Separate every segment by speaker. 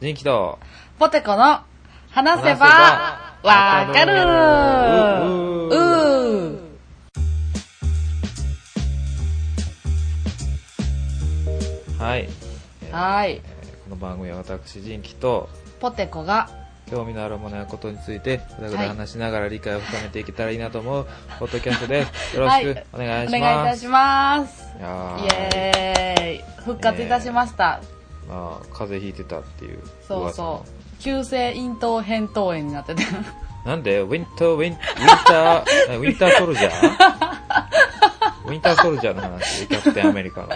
Speaker 1: 人気と、
Speaker 2: ポテコの話せ
Speaker 1: せ
Speaker 2: ば
Speaker 1: ば
Speaker 2: わかる
Speaker 1: う
Speaker 2: うー
Speaker 1: はい。えー
Speaker 2: はーい。
Speaker 1: えーこの番組は私、人気と、
Speaker 2: ポテコが
Speaker 1: 興味のあるものやことについて、ぐだぐだ話しながら理解を深めていけたらいいなと 思う、ポッドキャストです。よろしくお願いします。
Speaker 2: お願いいたします。
Speaker 1: いや
Speaker 2: イ
Speaker 1: ー
Speaker 2: エーイ。復活いたしました。
Speaker 1: まあ、風邪ひいてたっていう。
Speaker 2: そうそう。急性咽頭扁桃炎になってて。
Speaker 1: う。なんでウィンター、ウィン、ウィンター、えウィンターソルジャー ウィンターソルジャーの話、キャプテンアメリ カの。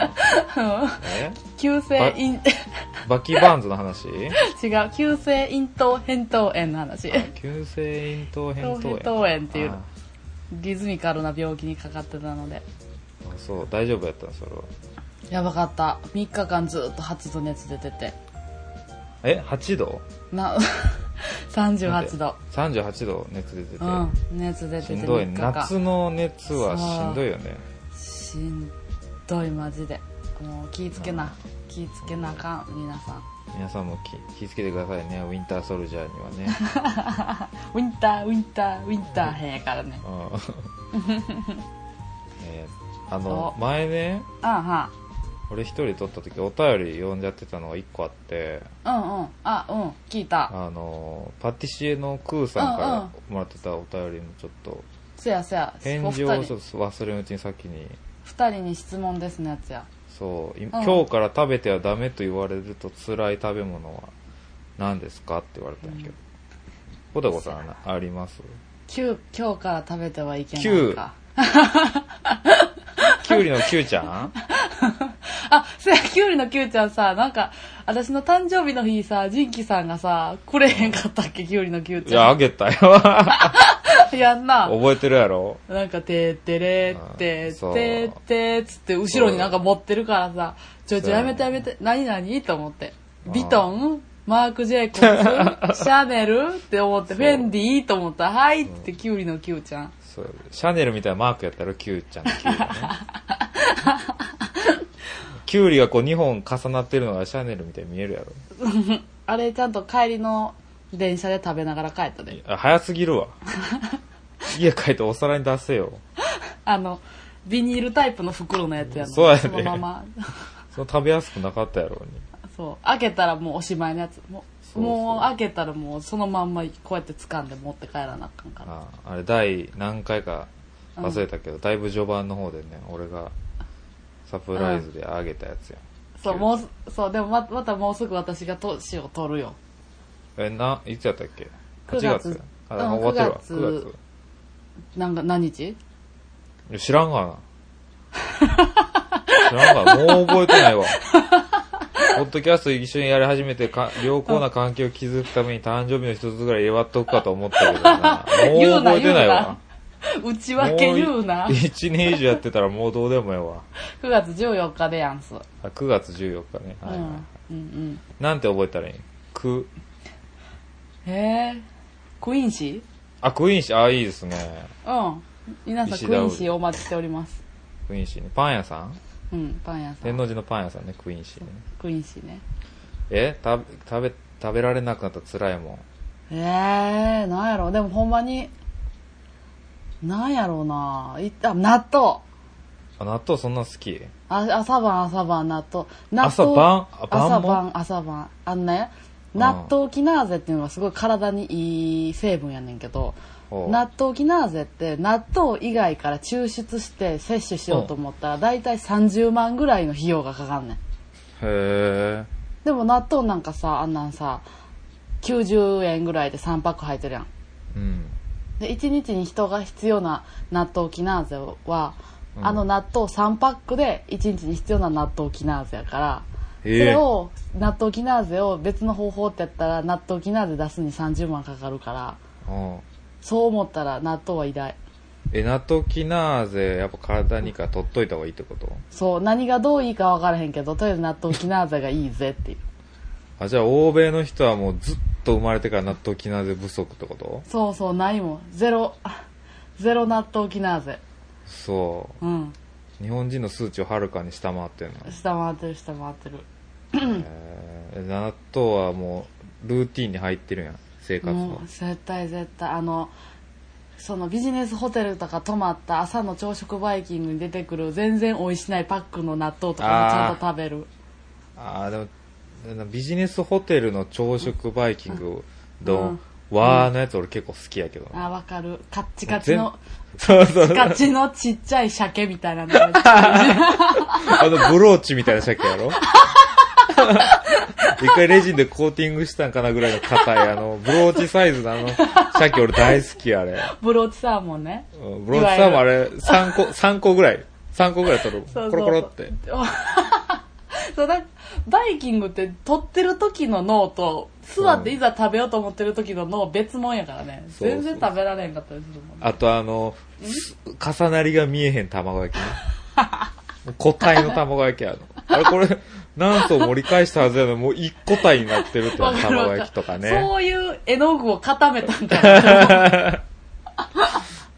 Speaker 1: え
Speaker 2: 急性咽、
Speaker 1: バッキーバーンズの話
Speaker 2: 違う。急性咽頭扁桃炎の話。
Speaker 1: 急性咽頭扁桃炎。
Speaker 2: 扁桃炎っていう
Speaker 1: あ
Speaker 2: リズミカルな病気にかかってたので。
Speaker 1: あそう、大丈夫やったのそれは。
Speaker 2: やばかった。3日間ずっと発度熱出てて。
Speaker 1: え ?8 度
Speaker 2: な、38度。
Speaker 1: 38度熱出てて、
Speaker 2: うん、熱出て
Speaker 1: してんどい
Speaker 2: 3日間
Speaker 1: 夏の熱はしんどいよね
Speaker 2: しんどいマジでもう気ぃつけな気ぃつけなあかん皆さん
Speaker 1: 皆さんも気気をつけてくださいねウィンターソルジャーにはね
Speaker 2: ウィンターウィンターウィンター変やからね
Speaker 1: うん えーあの
Speaker 2: そう
Speaker 1: 前ね
Speaker 2: うんは
Speaker 1: 俺一人で撮った時お便り読んじゃってたのが一個あって
Speaker 2: うんうんあうん聞いた
Speaker 1: あのパティシエのクーさんか
Speaker 2: うん
Speaker 1: らもらってたお便りのちょっと
Speaker 2: そやそや
Speaker 1: 返
Speaker 2: お
Speaker 1: 事
Speaker 2: 二
Speaker 1: をち
Speaker 2: 人
Speaker 1: ょっと忘れのうちに先に
Speaker 2: 二人に質問ですのやつや
Speaker 1: そう、い
Speaker 2: ん
Speaker 1: 今日から食べてはダメと言われると辛い食べ物は何ですかって言われたんやけど。ポテコさんなあります
Speaker 2: 九今日から食べてはいけない
Speaker 1: 九
Speaker 2: か
Speaker 1: きゅうりのきゅうちゃ ん
Speaker 2: あそやキュウリのキュウちゃんさなんか私の誕生日の日さジンキさんがさくれへんかったっけキュウリのキュウ
Speaker 1: い
Speaker 2: ち
Speaker 1: や、
Speaker 2: ゃ
Speaker 1: あ
Speaker 2: ん
Speaker 1: げたよ。
Speaker 2: やんな
Speaker 1: 覚えてるやろ
Speaker 2: なんか、てってれーって
Speaker 1: あーそ
Speaker 2: ー、
Speaker 1: う
Speaker 2: てーってーっつって、後ろになんか持ってるからさ、ちょいち
Speaker 1: そう
Speaker 2: ょい
Speaker 1: や
Speaker 2: や
Speaker 1: ね
Speaker 2: めてやめて、何何と思って。
Speaker 1: あー
Speaker 2: ビトンマーク・ジェイコブスシャネルって思って、
Speaker 1: そう
Speaker 2: フェンディと思ったら、はいって言って、キュウリのキュウちゃん。
Speaker 1: そう。シャネルみたいなマークやったらきゅうちゃんのきゅうりね。きゅうりがこう2本重なってるのがシャネルみたいに見えるやろ。
Speaker 2: あれ、ちゃんと帰りの電車で食べながら帰ったで。
Speaker 1: あ早すぎ るわ。家帰ってお皿に出せよ。
Speaker 2: あの、ビニールタイプの袋のやつやの。
Speaker 1: そうやね
Speaker 2: そのまま。
Speaker 1: その食べやすくなかったやろうに。
Speaker 2: そう。開けたらもうおしまいのやつ。も
Speaker 1: そう
Speaker 2: う、
Speaker 1: そう
Speaker 2: もう開けたらもうそのまんまこうやって掴んで持って帰らなあかんから。
Speaker 1: ああれ第何回か忘れたけど、だいぶ序盤の方でね俺がサプライズであげたやつや、
Speaker 2: そう、もうす、そう、でもままたもうすぐ私が年を取るよ。
Speaker 1: えないつやったっけ
Speaker 2: 9
Speaker 1: 8
Speaker 2: 月
Speaker 1: 月あ、
Speaker 2: うん
Speaker 1: 終わってるわ
Speaker 2: 9
Speaker 1: 9
Speaker 2: 月
Speaker 1: 月
Speaker 2: なんか、何 日
Speaker 1: いや知らんがな知らんがなもう覚えて ないわポッドキャスト一緒にやり始めてか良好な関係を築くために誕生日の一つぐらい祝っとくかと思ったけど なもう覚えてないわ
Speaker 2: 内
Speaker 1: もう
Speaker 2: 訳言うな。
Speaker 1: 1年以上やってたらもうどうでもええわ
Speaker 2: 9月14日でやんす。
Speaker 1: あ9月14日ね、
Speaker 2: うん。
Speaker 1: はいはい、
Speaker 2: うん
Speaker 1: なんて覚えたらいいんク、
Speaker 2: うん。へえ。クインシ
Speaker 1: あ、クイーンシー、あ、いいですね。
Speaker 2: ーうん。皆さん
Speaker 1: 石
Speaker 2: クイ
Speaker 1: 田
Speaker 2: ンシーお待ちしております。
Speaker 1: クイーンシーね。パン屋さん
Speaker 2: うん、パン屋さ
Speaker 1: 天
Speaker 2: ん。
Speaker 1: 王寺のパン屋さんね、クイーンシーね。
Speaker 2: クインシーね。
Speaker 1: え食べ、食べ、食べられなくなったら辛いもん。
Speaker 2: ええ、なんやろう。でもほんまに、なんやろうな。いあ、納豆。
Speaker 1: あ、納豆そんな好き
Speaker 2: あ朝晩朝晩納豆納豆
Speaker 1: 朝晩あ
Speaker 2: 朝
Speaker 1: 晩も
Speaker 2: 晩朝晩あんね納豆キナーゼっていうのがすごい体にいい成分やねんけど
Speaker 1: おう
Speaker 2: 納豆キナーゼって納豆以外から抽出して摂取しようと思ったら大体30万ぐらいの費用がかかんねん
Speaker 1: へ
Speaker 2: でも納豆なんかさあんなんさ90円ぐらいで3パック入ってるやん
Speaker 1: え。うん。
Speaker 2: で1日に人が必要な納豆キナーゼは、
Speaker 1: うん
Speaker 2: あの納豆3パックで1日に必要な納豆キナーゼやから、
Speaker 1: へえ
Speaker 2: それを納豆キナーゼを別の方法ってやったら納豆キナーゼ出すに30万かかるから
Speaker 1: おう
Speaker 2: そう思ったら納豆は偉大
Speaker 1: え、納豆キナーゼ、やっぱ体にか取っといた方がいいってこと
Speaker 2: そう何がどういいか分からへんけどとりあえず納豆キナーゼがいいぜっていう
Speaker 1: あ、じゃあ欧米の人はもうずっと生まれてから納豆キナーゼ不足ってこと
Speaker 2: そうそうないもんゼロ ゼロ納豆キナーゼ
Speaker 1: そ
Speaker 2: うん
Speaker 1: う。日本人の数値をはるかに下回ってるの。
Speaker 2: 下回ってる下回ってる
Speaker 1: えー納豆はもルーティンに入ってるやん生活
Speaker 2: も
Speaker 1: の
Speaker 2: う絶対絶対あのそのビジネスホテルとか泊まった朝の朝食バイキングに出てくる全然おいしないパックの納豆とかもちゃんと食べる
Speaker 1: ああでもあのビジネスホテルの朝食バイキング
Speaker 2: う
Speaker 1: の
Speaker 2: ん
Speaker 1: 和のやつ俺結構好きやけどな
Speaker 2: あわかるカッチカチ
Speaker 1: もう
Speaker 2: の
Speaker 1: そうそうそう
Speaker 2: カッチのちっちゃい鮭みたいなのが
Speaker 1: あのブローチみたいな鮭や ろ一回レジンでコーティングしたんかなぐらいの硬いあのブローチサイズのあの鮭俺大好きあれ
Speaker 2: ブローチサーモンね
Speaker 1: うんブローチサーモンあれ3個3個ぐらい3個ぐらい取る
Speaker 2: そうそう
Speaker 1: コロコロって
Speaker 2: そうだバイキングって撮ってる時の脳と座っていざ食べようと思ってる時の脳別もんやからね
Speaker 1: そうそう
Speaker 2: 全然食べられへんかったりするもんね
Speaker 1: あとあのす重なりが見えへん卵焼きね 個体の卵焼きやのあれこ れ何層盛り返したはずやのにもう1個体になってるって
Speaker 2: わかる
Speaker 1: 卵
Speaker 2: わかる
Speaker 1: 焼きとかね
Speaker 2: そういう絵の具を固めたんか な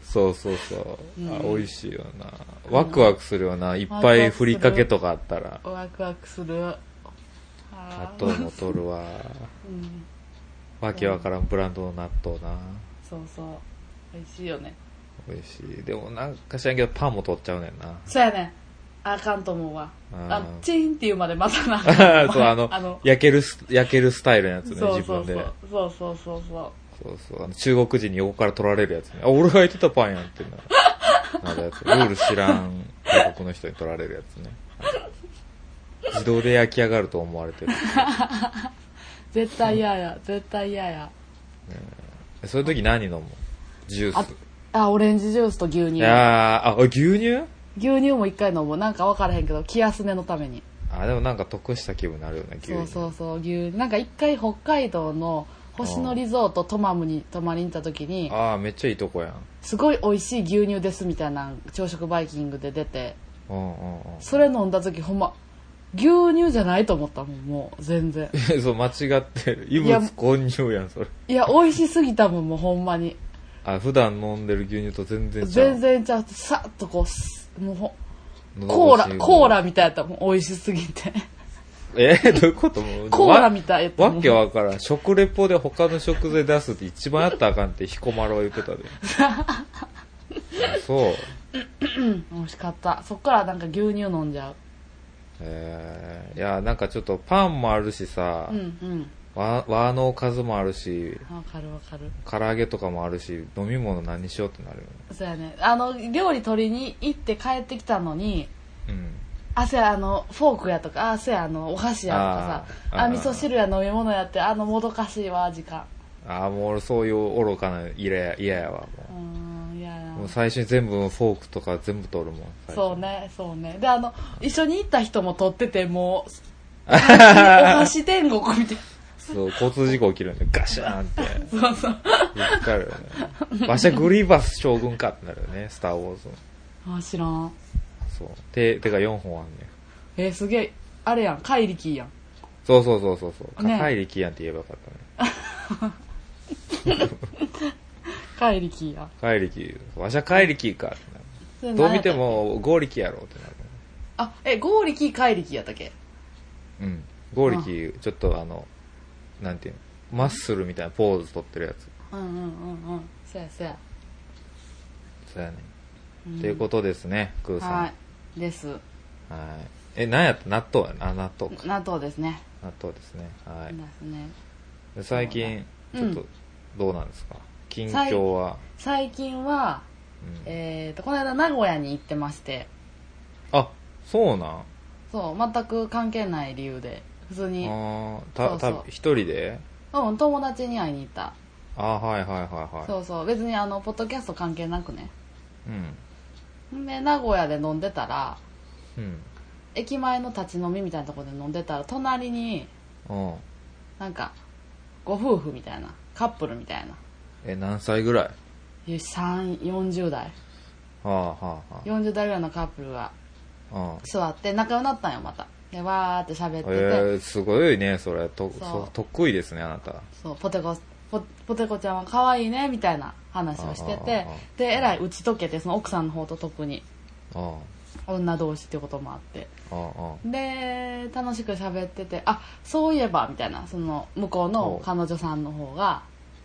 Speaker 1: そうそうそう、あ美味しいよなワクワクするよな、いっぱいふりかけとかあったら
Speaker 2: ワクワクするあ
Speaker 1: 納
Speaker 2: ー
Speaker 1: 豆も取るわ
Speaker 2: うん
Speaker 1: わけわからんブランドの納豆な
Speaker 2: そうそう美味しいよね
Speaker 1: 美味しいでもなんか知らんけどパンも取っちゃうねん な
Speaker 2: そうやねあかんと思うわ
Speaker 1: うん
Speaker 2: あのチーンっていうまで待たな あかんと
Speaker 1: そう
Speaker 2: 思
Speaker 1: あの焼けるス焼けるスタイルのやつね
Speaker 2: そう
Speaker 1: 自
Speaker 2: そう
Speaker 1: 分で
Speaker 2: そうそうそうそうそう
Speaker 1: そうそうあの中国人に横から取られるやつねあ俺が焼いてたパンやんってななるやつルール知らん外国の人に取られるやつね自動で焼き上がると思われてる
Speaker 2: 絶対嫌や絶対嫌や
Speaker 1: えそういう時何飲むジュー
Speaker 2: あ
Speaker 1: ス。
Speaker 2: あオレンジジュースと牛
Speaker 1: い
Speaker 2: 乳
Speaker 1: やーあ、牛乳
Speaker 2: 牛乳も一回飲もうなんか分からへんけど気休めのために
Speaker 1: あ、でもなんか得した気分になるよね、牛乳。
Speaker 2: そうそうそう牛なんか一回北海道の星野リゾートトマムに泊まりに行った時に
Speaker 1: あー、めっちゃいいとこやん。
Speaker 2: すごい美味しい牛乳ですみたいな朝食バイキングで出て
Speaker 1: うんうんうん。
Speaker 2: それ飲んだ時ほんま牛乳じゃないと思ったもんもう全然
Speaker 1: そう、間違ってる。異
Speaker 2: いや
Speaker 1: 物混入やん、それ。
Speaker 2: いや美味しすぎたもんもうほんまに
Speaker 1: あ、普段飲んでる牛乳と全然違う。
Speaker 2: 全然ちゃうさっとこうすもうほ
Speaker 1: 喉
Speaker 2: コー
Speaker 1: 越し
Speaker 2: ラ
Speaker 1: を
Speaker 2: コーラ。みたいやったもん美味しすぎ て
Speaker 1: えー、どういうこともう
Speaker 2: コーラみたいやった
Speaker 1: わ
Speaker 2: もん
Speaker 1: わけわからん。食レポで他の食材出すって一番やったらあかんって彦摩呂は言ってた で。あそう。
Speaker 2: 美味しかったそっからなんか牛乳飲んじゃう
Speaker 1: えー、いや、なんかちょっとパンもあるしさ、
Speaker 2: うんうん
Speaker 1: 和和のおかずもあるし
Speaker 2: わかるわかる
Speaker 1: 唐揚げとかもあるし飲み物何しようってなるよね
Speaker 2: そうやねあの料理取りに行って帰ってきたのに
Speaker 1: うん
Speaker 2: あせやあのフォークやとかあせやあのお箸やとか
Speaker 1: あ
Speaker 2: さ
Speaker 1: ー
Speaker 2: あ
Speaker 1: あー
Speaker 2: 味噌汁や飲み物やってあのもどかしいわ時間
Speaker 1: ああもう俺そういう愚かな嫌や嫌やわ
Speaker 2: う
Speaker 1: も
Speaker 2: ーんいや
Speaker 1: う
Speaker 2: な
Speaker 1: もう最初に全部フォークとか全部取るもん最初
Speaker 2: そうねそうねであの一緒に行った人も取ってても うお箸天国みたい
Speaker 1: そう交通事故起きるんでガシャーンって
Speaker 2: なそうそう
Speaker 1: ぶつかるよね馬車グリーバス将軍かってなるよねスター・ウォーズの
Speaker 2: あ知らん
Speaker 1: そうててか4本あんねん
Speaker 2: えーすげえあれやん怪力やん
Speaker 1: そうそうそうそうそう
Speaker 2: ね
Speaker 1: 高い力やんって言えばよかったね
Speaker 2: 怪力や
Speaker 1: 怪力馬車怪力かってなる
Speaker 2: それ
Speaker 1: どう見て
Speaker 2: 何やっ
Speaker 1: も合力やろってなる
Speaker 2: たあえ剛力怪力やったっけ
Speaker 1: うん。剛力、ちょっとあの、なんていうの、マッスルみたいなポーズ取ってるやつ。
Speaker 2: うんうんうんうんそやそや
Speaker 1: そうやね。
Speaker 2: うん
Speaker 1: ということですね、クーさん。
Speaker 2: は
Speaker 1: はい
Speaker 2: いです
Speaker 1: い。え、なんやった納豆やな。あ、納豆か。
Speaker 2: 納豆ですね
Speaker 1: 納豆ですね。は
Speaker 2: で
Speaker 1: い。
Speaker 2: すね
Speaker 1: で最近、ち
Speaker 2: う
Speaker 1: ょっ
Speaker 2: ん
Speaker 1: と、どうなんですか近況は。
Speaker 2: 最近は、
Speaker 1: うん
Speaker 2: えー、とこの間名古屋に行ってまして
Speaker 1: あ、そうなん
Speaker 2: そう全く関係ない理由で普通に、
Speaker 1: あーた、
Speaker 2: そうそ
Speaker 1: た
Speaker 2: う、
Speaker 1: 一人で
Speaker 2: うん、友達に会いに行った、
Speaker 1: あー、はいはいはいは
Speaker 2: そうそう別にあのポッドキャスト関係なくね
Speaker 1: い。うん。
Speaker 2: んで名古屋で飲んでたら
Speaker 1: うん。
Speaker 2: 駅前の立ち飲みみたいなところで飲んでたら隣に
Speaker 1: うん。
Speaker 2: なんかご夫婦みたいなカップルみたいな
Speaker 1: え、何歳ぐらい
Speaker 2: 340代
Speaker 1: はあはあは
Speaker 2: 40代ぐらいのカップルが
Speaker 1: あ。うん。
Speaker 2: 座って仲良くなったんよまたでわーって喋ってて、
Speaker 1: えー、すごいねそれと
Speaker 2: そう
Speaker 1: そう得意ですねあなた
Speaker 2: そうポテコポポテコちゃんは可愛いねみたいな話をして
Speaker 1: あーあー
Speaker 2: て
Speaker 1: あ
Speaker 2: でえらい打ち解けてその奥さんの方と特に
Speaker 1: あ
Speaker 2: 女同士ってこともあって
Speaker 1: あ
Speaker 2: で楽しく喋っててあそういえばみたいなその向こう
Speaker 1: お
Speaker 2: の
Speaker 1: う
Speaker 2: 彼女さんの方が、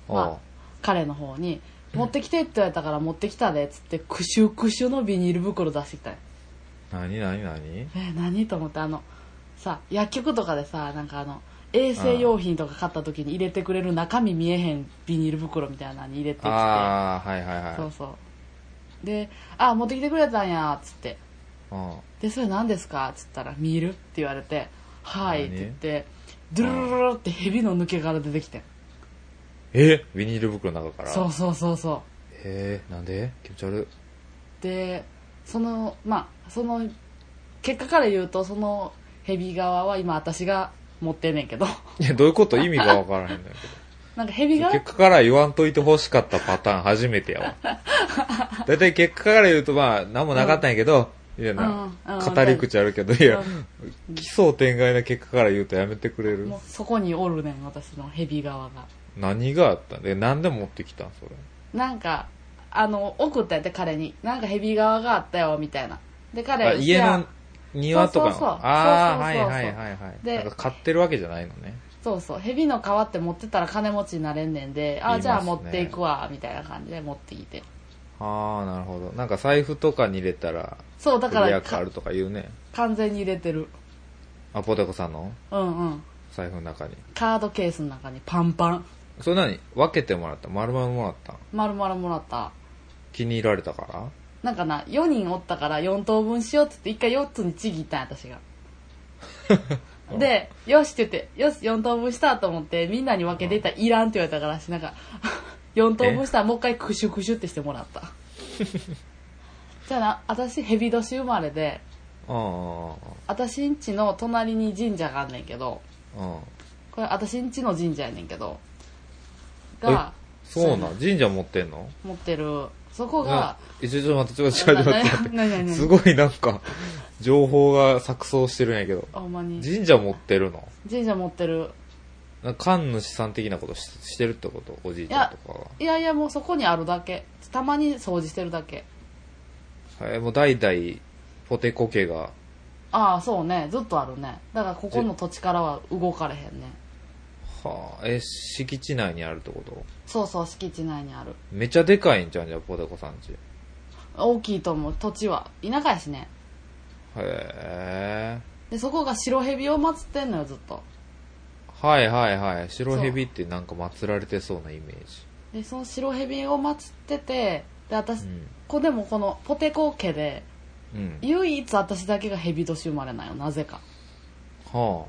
Speaker 1: あ
Speaker 2: ま
Speaker 1: あ
Speaker 2: あ、彼の方に「持ってきて」って言われたから持ってきたでっつってクシュクシュのビニール袋出してきたんよ
Speaker 1: あ何何何
Speaker 2: え何と思ってあのさ薬局とかでさなんかあの衛生用品とか買った時に入れてくれる中身見えへんビニール袋みたいなのに入れてきて
Speaker 1: ああはいはいはい
Speaker 2: そうそうで「あ持ってきてくれたんや」っつって
Speaker 1: あ
Speaker 2: 「でそれ何ですか?」っつったら「見える?」って言われて「はい」って言ってドゥルルルルルって蛇の抜け殻出てきてん
Speaker 1: えビニール袋の中から
Speaker 2: そう
Speaker 1: へ
Speaker 2: そうそうそう
Speaker 1: えなんで気持ち悪
Speaker 2: でそのまあその結果から言うとその蛇側は今私が持ってんねんけど
Speaker 1: いいやどういうこと意味がわからへんねん
Speaker 2: なんか
Speaker 1: け
Speaker 2: 蛇
Speaker 1: ど
Speaker 2: 側
Speaker 1: 結果から言わんといてほしかったパターン初めてや わだいたい結果から言うとまあ何もなかったんやけど、いやな、
Speaker 2: うんうん
Speaker 1: 語り口あるけど、いや、
Speaker 2: う
Speaker 1: 奇想天外な結果から言うとやめてくれる
Speaker 2: もうそこにおるねん私の蛇側が
Speaker 1: 何があったんで何で持ってきたんそれ
Speaker 2: なんかあの送ったんやって彼になんか蛇側があったよみたいなで彼
Speaker 1: あ
Speaker 2: は
Speaker 1: 家
Speaker 2: い
Speaker 1: の
Speaker 2: や
Speaker 1: 庭とかの
Speaker 2: そうそうそう
Speaker 1: ああ
Speaker 2: そう
Speaker 1: はい
Speaker 2: そうそう
Speaker 1: はいはいはい
Speaker 2: で
Speaker 1: なんか買ってるわけじゃないのね
Speaker 2: そうそう蛇の皮って持ってたら金持ちになれんねんで
Speaker 1: 言います
Speaker 2: あ
Speaker 1: ね
Speaker 2: じゃあ持っていくわみたいな感じで持ってきて
Speaker 1: ああなるほどなんか財布とかに入れたら
Speaker 2: そうだから
Speaker 1: やあ
Speaker 2: か
Speaker 1: るとか言うね
Speaker 2: 完全に入れてる
Speaker 1: あポテコさんの
Speaker 2: うんうん
Speaker 1: 財布の中に
Speaker 2: カードケースの中にパンパン
Speaker 1: それ何分けてもらった丸々もらったん
Speaker 2: 丸々もらった
Speaker 1: 気に入られたから
Speaker 2: なんかな4人おったから4等分しようっつって1回4つにちぎったんや私がで「よし」って言って「よし4等分した」と思ってみんなに分けていったら「いらん」って言われたからしなんか4等分したらもう一回クシュクシュってしてもらったじゃあな私蛇年生まれで
Speaker 1: ああ
Speaker 2: 私んちの隣に神社があんねんけど
Speaker 1: ああああ
Speaker 2: これ私んちの神社やねんけどが
Speaker 1: そうな
Speaker 2: そ
Speaker 1: ん神社持ってんの
Speaker 2: 持ってるそこ
Speaker 1: な
Speaker 2: が
Speaker 1: えちょちょ待ってちょ待って待って待って
Speaker 2: ななななな
Speaker 1: すごいなんか情報が錯綜してるんやけど
Speaker 2: あほんまに
Speaker 1: 神社持ってるの
Speaker 2: 神社持ってる
Speaker 1: なんか神主さん的なことししてるってことおじいちゃんとかが
Speaker 2: いやいやもうそこにあるだけたまに掃除してるだけ
Speaker 1: えーもう代々ポテコ家が
Speaker 2: ああそうねずっとあるねだからここの土地からは動かれへんね
Speaker 1: はあえ敷地内にあるってこと
Speaker 2: そうそう敷地内にある
Speaker 1: めちゃでかいんじゃんじゃあポテコさんちへ
Speaker 2: 大きいと思う土地は田舎やしね
Speaker 1: え
Speaker 2: でそこが白蛇を祀ってんのよずっと
Speaker 1: はいはいはい白蛇ってなんか祀られてそうなイメージ
Speaker 2: でその白蛇を祀っててで
Speaker 1: う
Speaker 2: 私、
Speaker 1: ん
Speaker 2: こでもこのポテコ家で
Speaker 1: うん
Speaker 2: 唯一私だけが蛇年生まれなんよなぜか
Speaker 1: は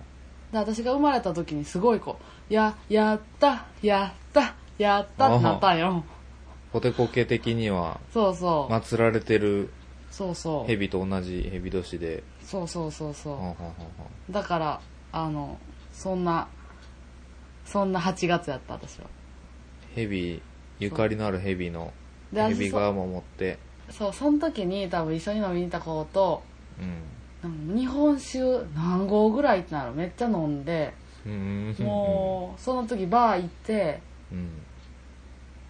Speaker 2: で私が生まれた時にすごいこう「ややったやったやった」ってなったんよ
Speaker 1: あポテコ家的には
Speaker 2: そうそう、
Speaker 1: 祀られてる
Speaker 2: そうそう
Speaker 1: 蛇と同じ蛇年で
Speaker 2: そうそうそう
Speaker 1: はあは
Speaker 2: そ
Speaker 1: あはあは
Speaker 2: うだからあのそんなそんな8月やった私は
Speaker 1: あ蛇ゆかりのある蛇の
Speaker 2: で私
Speaker 1: 蛇側も持って
Speaker 2: そうその時に多分一緒に飲みに行った子と
Speaker 1: う
Speaker 2: うん日本酒何合ぐらいってなるめっちゃ飲んで
Speaker 1: んうん
Speaker 2: もうその時バー行って
Speaker 1: うん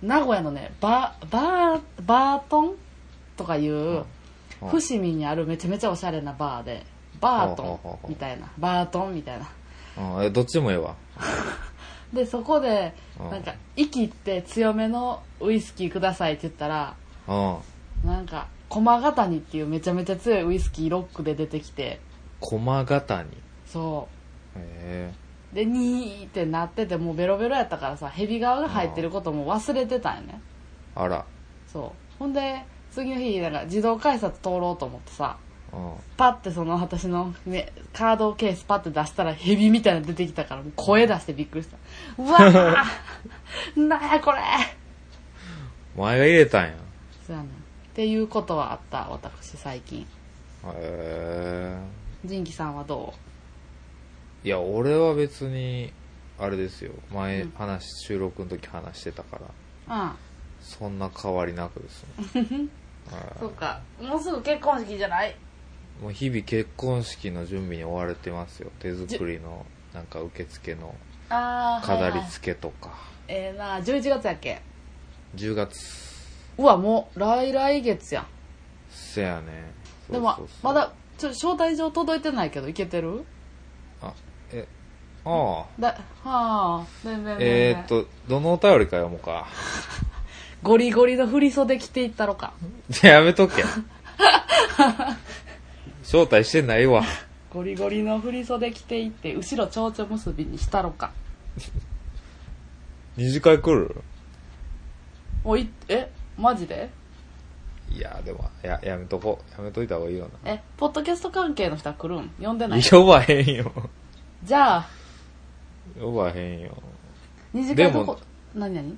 Speaker 2: 名古屋のねババーバートンとかいう、
Speaker 1: はあ
Speaker 2: 伏見にあるめちゃめちゃおしゃれなバーでバート
Speaker 1: ほうほうほうほう
Speaker 2: ンみたいなバートンみたいな
Speaker 1: ああどっちでもええわ
Speaker 2: でそこで
Speaker 1: うん
Speaker 2: なんか息って強めのウイスキーくださいって言った
Speaker 1: あ
Speaker 2: ら
Speaker 1: あ
Speaker 2: なんか駒ヶ谷っていうめちゃめちゃ強いウイスキーロックで出てきて
Speaker 1: 駒形に
Speaker 2: そ
Speaker 1: へえ
Speaker 2: うでニーってなっててもうベロベロやったからさ蛇側が入ってることも忘れてたんよね
Speaker 1: あら
Speaker 2: そうほんで次の日なんか自動改札通ろうと思ってさ
Speaker 1: うん
Speaker 2: パッてその私の、ね、カードケースパッて出したらヘビみたいなの出てきたからもう声出してびっくりしたうわー なんやこれ
Speaker 1: お前が入れたんやへ
Speaker 2: そうやねんっていうことはあった私最近
Speaker 1: え
Speaker 2: 仁義さんはど
Speaker 1: いや俺は別にあれですよ前
Speaker 2: うん
Speaker 1: 話、収録の時話してたから
Speaker 2: ううん
Speaker 1: そんな変わりなくですねはい
Speaker 2: そうかもうすぐ結婚式じゃない
Speaker 1: もう日々結婚式の準備に追われてますよ手作りのなんか受付の
Speaker 2: ああ
Speaker 1: 飾り付けとか、
Speaker 2: ええなあ11月やっけ
Speaker 1: 10月
Speaker 2: うわもう来来月やん
Speaker 1: せやねそう
Speaker 2: でも
Speaker 1: そうそう
Speaker 2: まだちょ招待状届いてないけどいけてる
Speaker 1: あえああ
Speaker 2: だはあ全然全然
Speaker 1: えー、っとどのお便りか読もうか
Speaker 2: ゴリゴリの振り袖着ていったろか
Speaker 1: じゃあやめと け招待してないわ
Speaker 2: ゴリゴリの振り袖着ていって後ろ蝶々結びにしたろか
Speaker 1: 二次会来る
Speaker 2: おいえマジで
Speaker 1: いやでもややめとこやめといた方がいいよ
Speaker 2: えポッドキャスト関係の人は来るん呼ん でな
Speaker 1: ない呼ばへんよ
Speaker 2: じゃあ
Speaker 1: 呼ばへんよ
Speaker 2: 二次
Speaker 1: で
Speaker 2: 会
Speaker 1: も
Speaker 2: どこ何何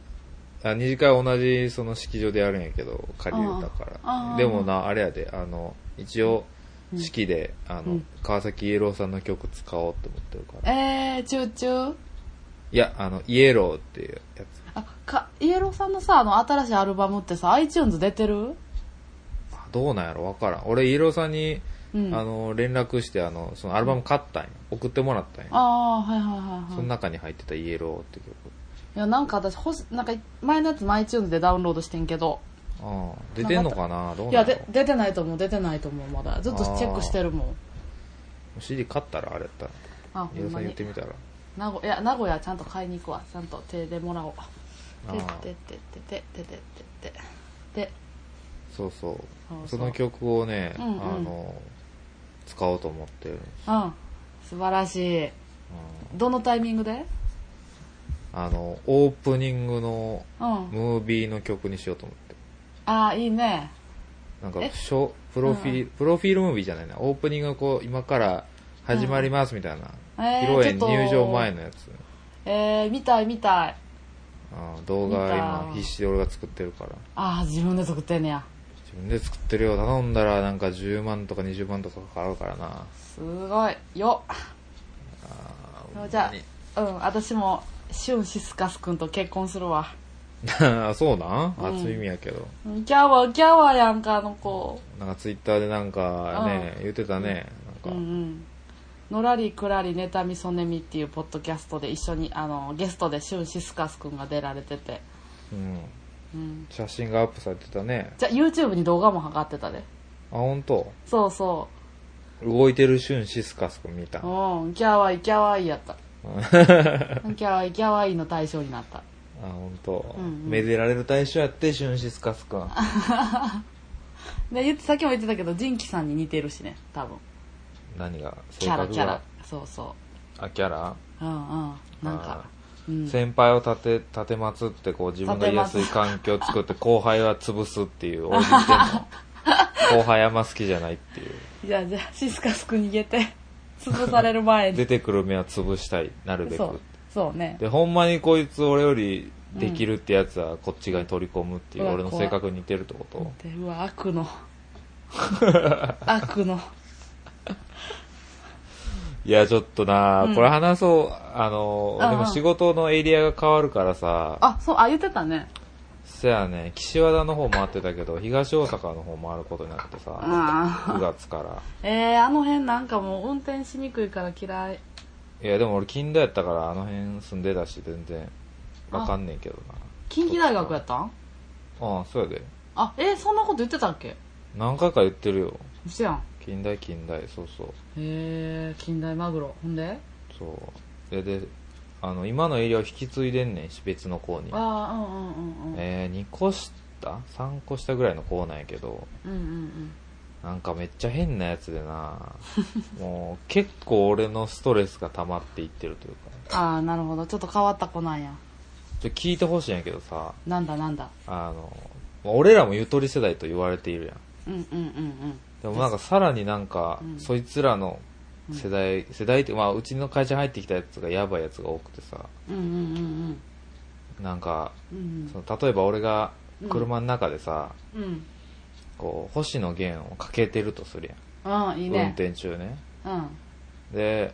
Speaker 1: あ二次会同じその式場でやるんやけど借りれたか
Speaker 2: ああ
Speaker 1: らでもなあれやであの一応式で、あの
Speaker 2: うん
Speaker 1: 川崎イエローさんの曲使おうと思ってるから
Speaker 2: えー、チューチュー
Speaker 1: いやあのイエローっていうやつ
Speaker 2: あかイエローさんのさあの新しいアルバムってさ iTunes 出てる
Speaker 1: あどうなんやろわからん俺イエローさんに、
Speaker 2: うん
Speaker 1: あの連絡してあのそのアルバム買ったんよ送ってもらったんよ
Speaker 2: ああーはいはいはいはい
Speaker 1: その中に入ってたイエローって曲
Speaker 2: いやなんか私ほしなんか前のやつも iTunes でダウンロードしてんけど
Speaker 1: ああ出てんのかなどう
Speaker 2: い
Speaker 1: な
Speaker 2: や
Speaker 1: んや
Speaker 2: で
Speaker 1: ろ
Speaker 2: 出てないと思う出てないと思うまだずっとチェックしてるもん
Speaker 1: CD 買ったらあれやったら
Speaker 2: あ
Speaker 1: イ
Speaker 2: ほ
Speaker 1: エロー
Speaker 2: ん
Speaker 1: さ
Speaker 2: ま
Speaker 1: ん言
Speaker 2: に
Speaker 1: ってみたら
Speaker 2: 名古いや名古屋ちゃんと買いに行くわちゃんと手でもらおう
Speaker 1: あ
Speaker 2: て
Speaker 1: あ
Speaker 2: ててててててててで
Speaker 1: そうそう
Speaker 2: そう
Speaker 1: そ
Speaker 2: そう
Speaker 1: の曲をね、
Speaker 2: うんうん
Speaker 1: あの使おうと思ってる、うん
Speaker 2: うん素晴らしいどのタイミングで
Speaker 1: あのオープニングの
Speaker 2: うん
Speaker 1: ムービーの曲にしようと思って
Speaker 2: ああいいね
Speaker 1: なんか
Speaker 2: え
Speaker 1: ショプロフィール、プロフィールムービーじゃないなオープニングがこう今から始まりますみたいな、
Speaker 2: うんえー
Speaker 1: 披露
Speaker 2: ちょ
Speaker 1: 宴
Speaker 2: っと
Speaker 1: 入場前のやつ、
Speaker 2: えー、見たい見たい
Speaker 1: うん動画今
Speaker 2: 見た
Speaker 1: 必死で俺が作ってるから
Speaker 2: ああ自分で作ってんねや
Speaker 1: 自分で作ってるよ頼んだらなんか10万とか20万とかかかるからな
Speaker 2: すごいよ
Speaker 1: ほんまに
Speaker 2: じゃあうん私もシュンシスカスくんと結婚するわ
Speaker 1: あ そうなん
Speaker 2: うん
Speaker 1: 初耳やけど、
Speaker 2: うんキャワキャワやんかあの子
Speaker 1: なんかツイッターでなんかね、言ってたね
Speaker 2: う
Speaker 1: なんん
Speaker 2: う
Speaker 1: か、
Speaker 2: んのらりくらり妬みそねみっていうポッドキャストで一緒にあのゲストでシュンシスカスくんが出られてて、
Speaker 1: うん、
Speaker 2: うん、
Speaker 1: 写真がアップされてたね
Speaker 2: じゃあ YouTube に動画も上がってたで
Speaker 1: あ本当。
Speaker 2: そうそ
Speaker 1: 動いてる瞬シスカス君見た
Speaker 2: ううんキャワイキャワイやった キャワイキャワイの対象になった
Speaker 1: あ本当。
Speaker 2: うんうん
Speaker 1: めでられる対象やって瞬シスカス君
Speaker 2: で言ってさっきも言ってたけどジンキさんに似てるしね多分
Speaker 1: 何が性
Speaker 2: キャラ
Speaker 1: 格
Speaker 2: キャラ
Speaker 1: が
Speaker 2: そうそ
Speaker 1: あキャラ
Speaker 2: ううんうんなんかうん
Speaker 1: 先輩を立て立てまつってこう自分が言いやすい環境を作って後輩は潰すっていう大喜利で も後輩あんま好きじゃないっていう
Speaker 2: じゃあじゃあシスカスくん逃げて 潰される 前に
Speaker 1: 出てくる目は潰したいなるべ
Speaker 2: そ
Speaker 1: く
Speaker 2: うそうね
Speaker 1: でほんまにこいつ俺よりできるってやつはこっち側に取り込むっていう、
Speaker 2: うん
Speaker 1: 俺の性格に似てるってこと
Speaker 2: でうわ悪 の悪の
Speaker 1: いやちょっとな、
Speaker 2: うん
Speaker 1: これ話そうあの
Speaker 2: うんうん
Speaker 1: でも仕事のエリアが変わるからさ
Speaker 2: あそうあ言ってたね
Speaker 1: そやね岸和田の方回ってたけど東大阪の方回ることになってさ
Speaker 2: あ
Speaker 1: 9月から
Speaker 2: えー、あの辺なんかもう運転しにくいから嫌い
Speaker 1: いやでも俺近代やったからあの辺住んでたし全然わかんねえけど
Speaker 2: 近畿大学やったん
Speaker 1: なああそうやで
Speaker 2: あえー、そんなこと言ってたっけ
Speaker 1: 何回か言ってるよ
Speaker 2: うそやんへ
Speaker 1: 近代近代そうそう
Speaker 2: えー、近代マグロほんで
Speaker 1: そうでであの今のエリアを引き継いでんねんし別の校に
Speaker 2: ああうんうんうんうん
Speaker 1: えー、2個下3個下ぐらいの校なんやけど
Speaker 2: うんうん
Speaker 1: なんかめっちゃ変なやつで なもう結構俺のストレスが溜まっていってるというか
Speaker 2: うんああなるほどちょっと変わった子なんや
Speaker 1: ちょ聞いてほしいんやけどさ
Speaker 2: なんだなんだ
Speaker 1: あのまあ俺らもゆとり世代と言われているやん
Speaker 2: うんうんうんうん
Speaker 1: でもなんかさらになんか、
Speaker 2: うん
Speaker 1: そいつらの世代、世代って、まあ、うちの会社に入ってきたやつがやばいやつが多くてさ
Speaker 2: うんうんうん
Speaker 1: なんか
Speaker 2: うんうん
Speaker 1: その例えば俺が車の中でさ、
Speaker 2: うんうん
Speaker 1: こう星野源をかけてるとするやん
Speaker 2: ああいい
Speaker 1: 運
Speaker 2: ね
Speaker 1: 転中ね
Speaker 2: うんうん
Speaker 1: で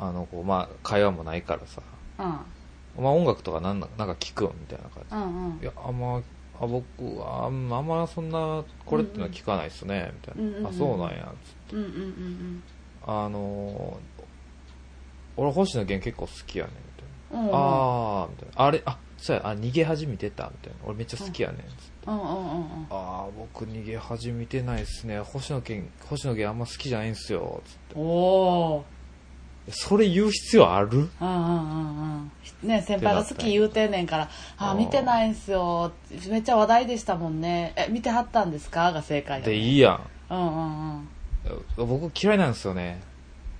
Speaker 1: あのこう、まあ、会話もないからさ
Speaker 2: う
Speaker 1: 「まあ、音楽とかなんななんか聞くん?」みたいな感
Speaker 2: んうん
Speaker 1: じ「いやあんまあ僕はあんまあんまそんなこれってのは聞かないっすね」みたいな「
Speaker 2: うんうんうん
Speaker 1: あそうなんや」
Speaker 2: うんうんうん
Speaker 1: あのー俺星野源結構好きやねん」みたいな
Speaker 2: うんうん
Speaker 1: あーみたいなあれあそうやあ逃げ恥見てたみたいな俺めっちゃ好きやねんつって
Speaker 2: うんうんうんうん
Speaker 1: ああ僕逃げ恥見てないっすね星野源星野源あんま好きじゃないんすよつって
Speaker 2: おお
Speaker 1: それ言う必要ある
Speaker 2: ーうんうんうんうんね先輩が好き言うてんねんから「あー見てないんすよ」めっちゃ話題でしたもんね「え見てはったんですか?」が正解や
Speaker 1: でいいやん
Speaker 2: うんうんうん
Speaker 1: 僕嫌いなんですよね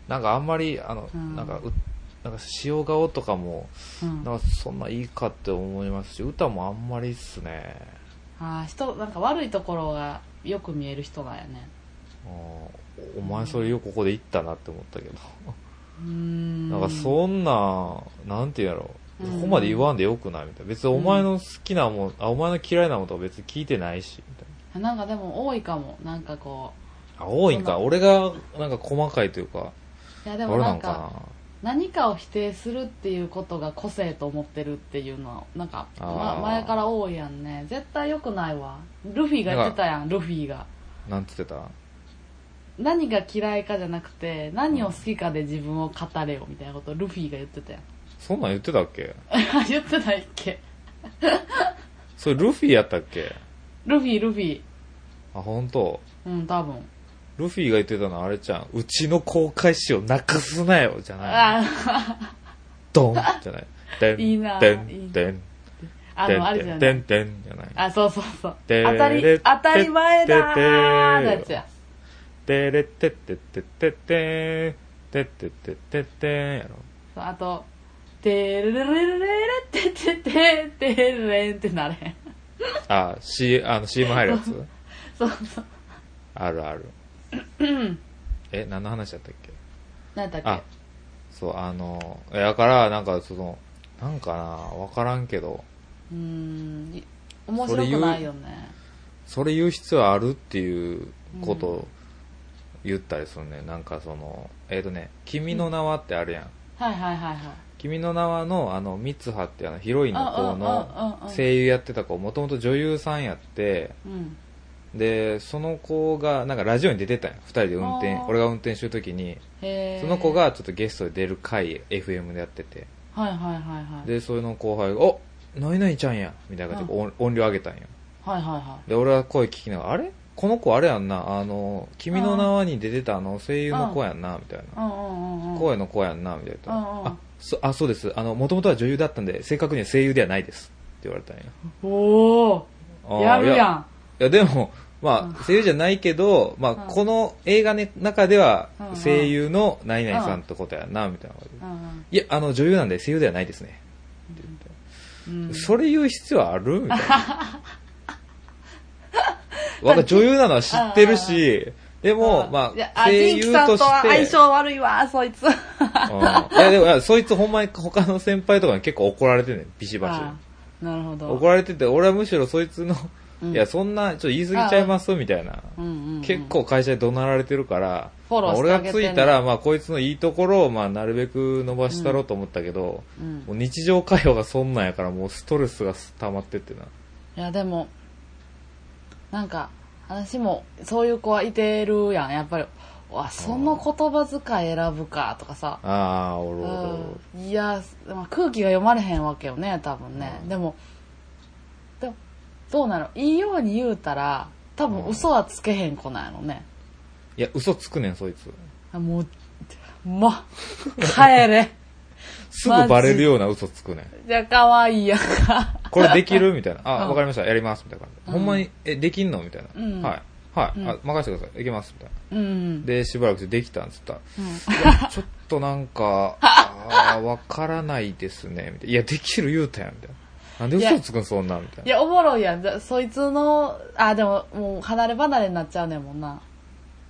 Speaker 1: なんかあんまりあの、
Speaker 2: うん
Speaker 1: なんかうなんか塩顔とかも
Speaker 2: うん
Speaker 1: なんかそんないいかって思いますし歌もあんまりっすね
Speaker 2: ああ人なんか悪いところがよく見える人なんやね
Speaker 1: あーお前それよくここで言ったなって思ったけど、
Speaker 2: うーん
Speaker 1: なんかそんななんて言うんやろ
Speaker 2: うん
Speaker 1: ここまで言わんでよくないみたいな別にお前の好きなもん、あお前の嫌いなもんとか別に聞いてないしみたい
Speaker 2: なんかでも多いかもなんかこ
Speaker 1: なあ多いん
Speaker 2: そ
Speaker 1: か
Speaker 2: んな
Speaker 1: 俺がなんか細かいというか
Speaker 2: ういやでも
Speaker 1: 俺な
Speaker 2: なんん
Speaker 1: か
Speaker 2: か何かを否定するっていうことが個性と思ってるっていうのはなんか、
Speaker 1: あー
Speaker 2: ま前から多いやんね絶対良くないわルフィが言ってたやんルフィが
Speaker 1: ななんつってた
Speaker 2: 何が嫌いかじゃなくて何を好きかで自分を語れよみたいなことをルフィが言ってたやん
Speaker 1: そんなん言ってたっけ
Speaker 2: 言ってないっけ
Speaker 1: それルフィやったっけ
Speaker 2: ルフィルフィ
Speaker 1: あ本当。
Speaker 2: うん多分
Speaker 1: ルフィが言ってたのはあれちゃん、うちの公開誌を泣かすなよ、じゃない。
Speaker 2: あ
Speaker 1: ドンじゃない。でん、
Speaker 2: いいな
Speaker 1: で
Speaker 2: いい
Speaker 1: ん、
Speaker 2: な
Speaker 1: でん、
Speaker 2: ああ
Speaker 1: で
Speaker 2: のあ
Speaker 1: ん、
Speaker 2: れじ
Speaker 1: で
Speaker 2: ゃ
Speaker 1: ん、
Speaker 2: な
Speaker 1: で
Speaker 2: い
Speaker 1: ん、でんじゃない。
Speaker 2: あそうそうそう当
Speaker 1: てれ
Speaker 2: たり当たり前だーのやつや
Speaker 1: てれってってってってってーん、てってってってってーんやろ。
Speaker 2: そうあと「てるるるるるっててててるれん」ってなれへん
Speaker 1: あ、C、あの CM 入るやつ
Speaker 2: そうそう
Speaker 1: あるある。え、何の話だったっけ
Speaker 2: なんだっ
Speaker 1: あ
Speaker 2: け、
Speaker 1: そう、あの、えだから、なんかその、なんかな、わからんけど、
Speaker 2: うーんい面白くないよね
Speaker 1: それ言う必要あるっていうことを言ったりするね、なんかそのえっ、とね「君の名は」ってあるやん「
Speaker 2: はいはいはいはい
Speaker 1: 君の名はの」あの三葉ってあのヒロインの子
Speaker 2: うんうんうんうんう
Speaker 1: の
Speaker 2: ん
Speaker 1: 声優やってた子もともと女優さんやって
Speaker 2: うん
Speaker 1: でその子がなんかラジオに出てたんや2人で運転
Speaker 2: あー
Speaker 1: 俺が運転してる時に
Speaker 2: へえ
Speaker 1: その子がちょっとゲストで出る回 FM でやってて
Speaker 2: はいはいはいはい
Speaker 1: でその後輩が「お何々ちゃんや」みたいな感じで音音量上げたんよ
Speaker 2: はいはいは
Speaker 1: で俺は声聞きながら「あれこの子あれやんなあの「君の名は」に出てたあの声優の子やんなみたい
Speaker 2: い
Speaker 1: な
Speaker 2: うんうんうんうん
Speaker 1: 声の子やんなみたいな
Speaker 2: うんうん
Speaker 1: あそあそうですあの元々は女優だったんで正確には声優ではないですって言われたんや
Speaker 2: お
Speaker 1: あ
Speaker 2: お
Speaker 1: ー
Speaker 2: やる
Speaker 1: い
Speaker 2: や
Speaker 1: や
Speaker 2: ん
Speaker 1: いやでもま
Speaker 2: うん
Speaker 1: あ声優じゃないけどまあ
Speaker 2: うん
Speaker 1: この映画の中では
Speaker 2: うんうん
Speaker 1: 声優の何々さんってことやんなみたいな
Speaker 2: うん
Speaker 1: いやあの女優なんで声優ではないですねって言って
Speaker 2: うんうん
Speaker 1: それ言う必要あるみたい な。わか女優なのは知ってるし、でも、ま
Speaker 2: いや
Speaker 1: あ、声優と
Speaker 2: ジンクさん
Speaker 1: し
Speaker 2: と相
Speaker 1: て
Speaker 2: 性、悪いわそいつ
Speaker 1: うんいや、でもいや、そいつほんまに他の先輩とかに結構怒られてんねん、ビシバシ。
Speaker 2: あーなるほど
Speaker 1: 怒られてて、俺はむしろそいつの、
Speaker 2: うん
Speaker 1: いや、そんな、ちょっと言い過ぎちゃいますみたいな。
Speaker 2: うんうんうん
Speaker 1: 結構会社で怒鳴られてるから、
Speaker 2: フォロ
Speaker 1: ま
Speaker 2: ー
Speaker 1: あ
Speaker 2: して
Speaker 1: 俺
Speaker 2: あ
Speaker 1: が
Speaker 2: げてね
Speaker 1: ついたら、まあ、こいつのいいところを、まあ、なるべく伸ばしたろうと思ったけど、
Speaker 2: うん
Speaker 1: もう日常会話がそんなんやから、もうストレスが溜まってってな。
Speaker 2: いやでもなんか私もそういう子はいてるやんやっぱりうわその言葉遣い選ぶかとかさ、
Speaker 1: ああ、おるおるおる。
Speaker 2: うん、いや、まあ、空気が読まれへんわけよね多分ね、
Speaker 1: うん
Speaker 2: でもでもどうなのいいように言うたら多分
Speaker 1: うん
Speaker 2: 嘘はつけへん子なんやろね、
Speaker 1: いや、嘘つくねん、そいつ。
Speaker 2: もうもう帰れ
Speaker 1: すぐバレるような嘘つくねん。
Speaker 2: じゃあ可愛いやんか
Speaker 1: これできるみたいな。あ、
Speaker 2: うん
Speaker 1: わかりました。やります。みたいな感じ。
Speaker 2: うん
Speaker 1: ほんまに、え、できんのみたいな。
Speaker 2: うん
Speaker 1: はい。はい、
Speaker 2: うん
Speaker 1: あ。任せてください。いけます。みたいな。
Speaker 2: うん
Speaker 1: で、しばらくしてできたんつったら
Speaker 2: うん
Speaker 1: いやちょっとなん か、あーわからないですね。みたいな。いや、できる言うたやん。みたいな。なんで嘘つくん、そんなん。みたい
Speaker 2: い
Speaker 1: な。
Speaker 2: や、おもろいやん。じゃそいつの、あ、でも、もう、離れ離れになっちゃうねんもんな。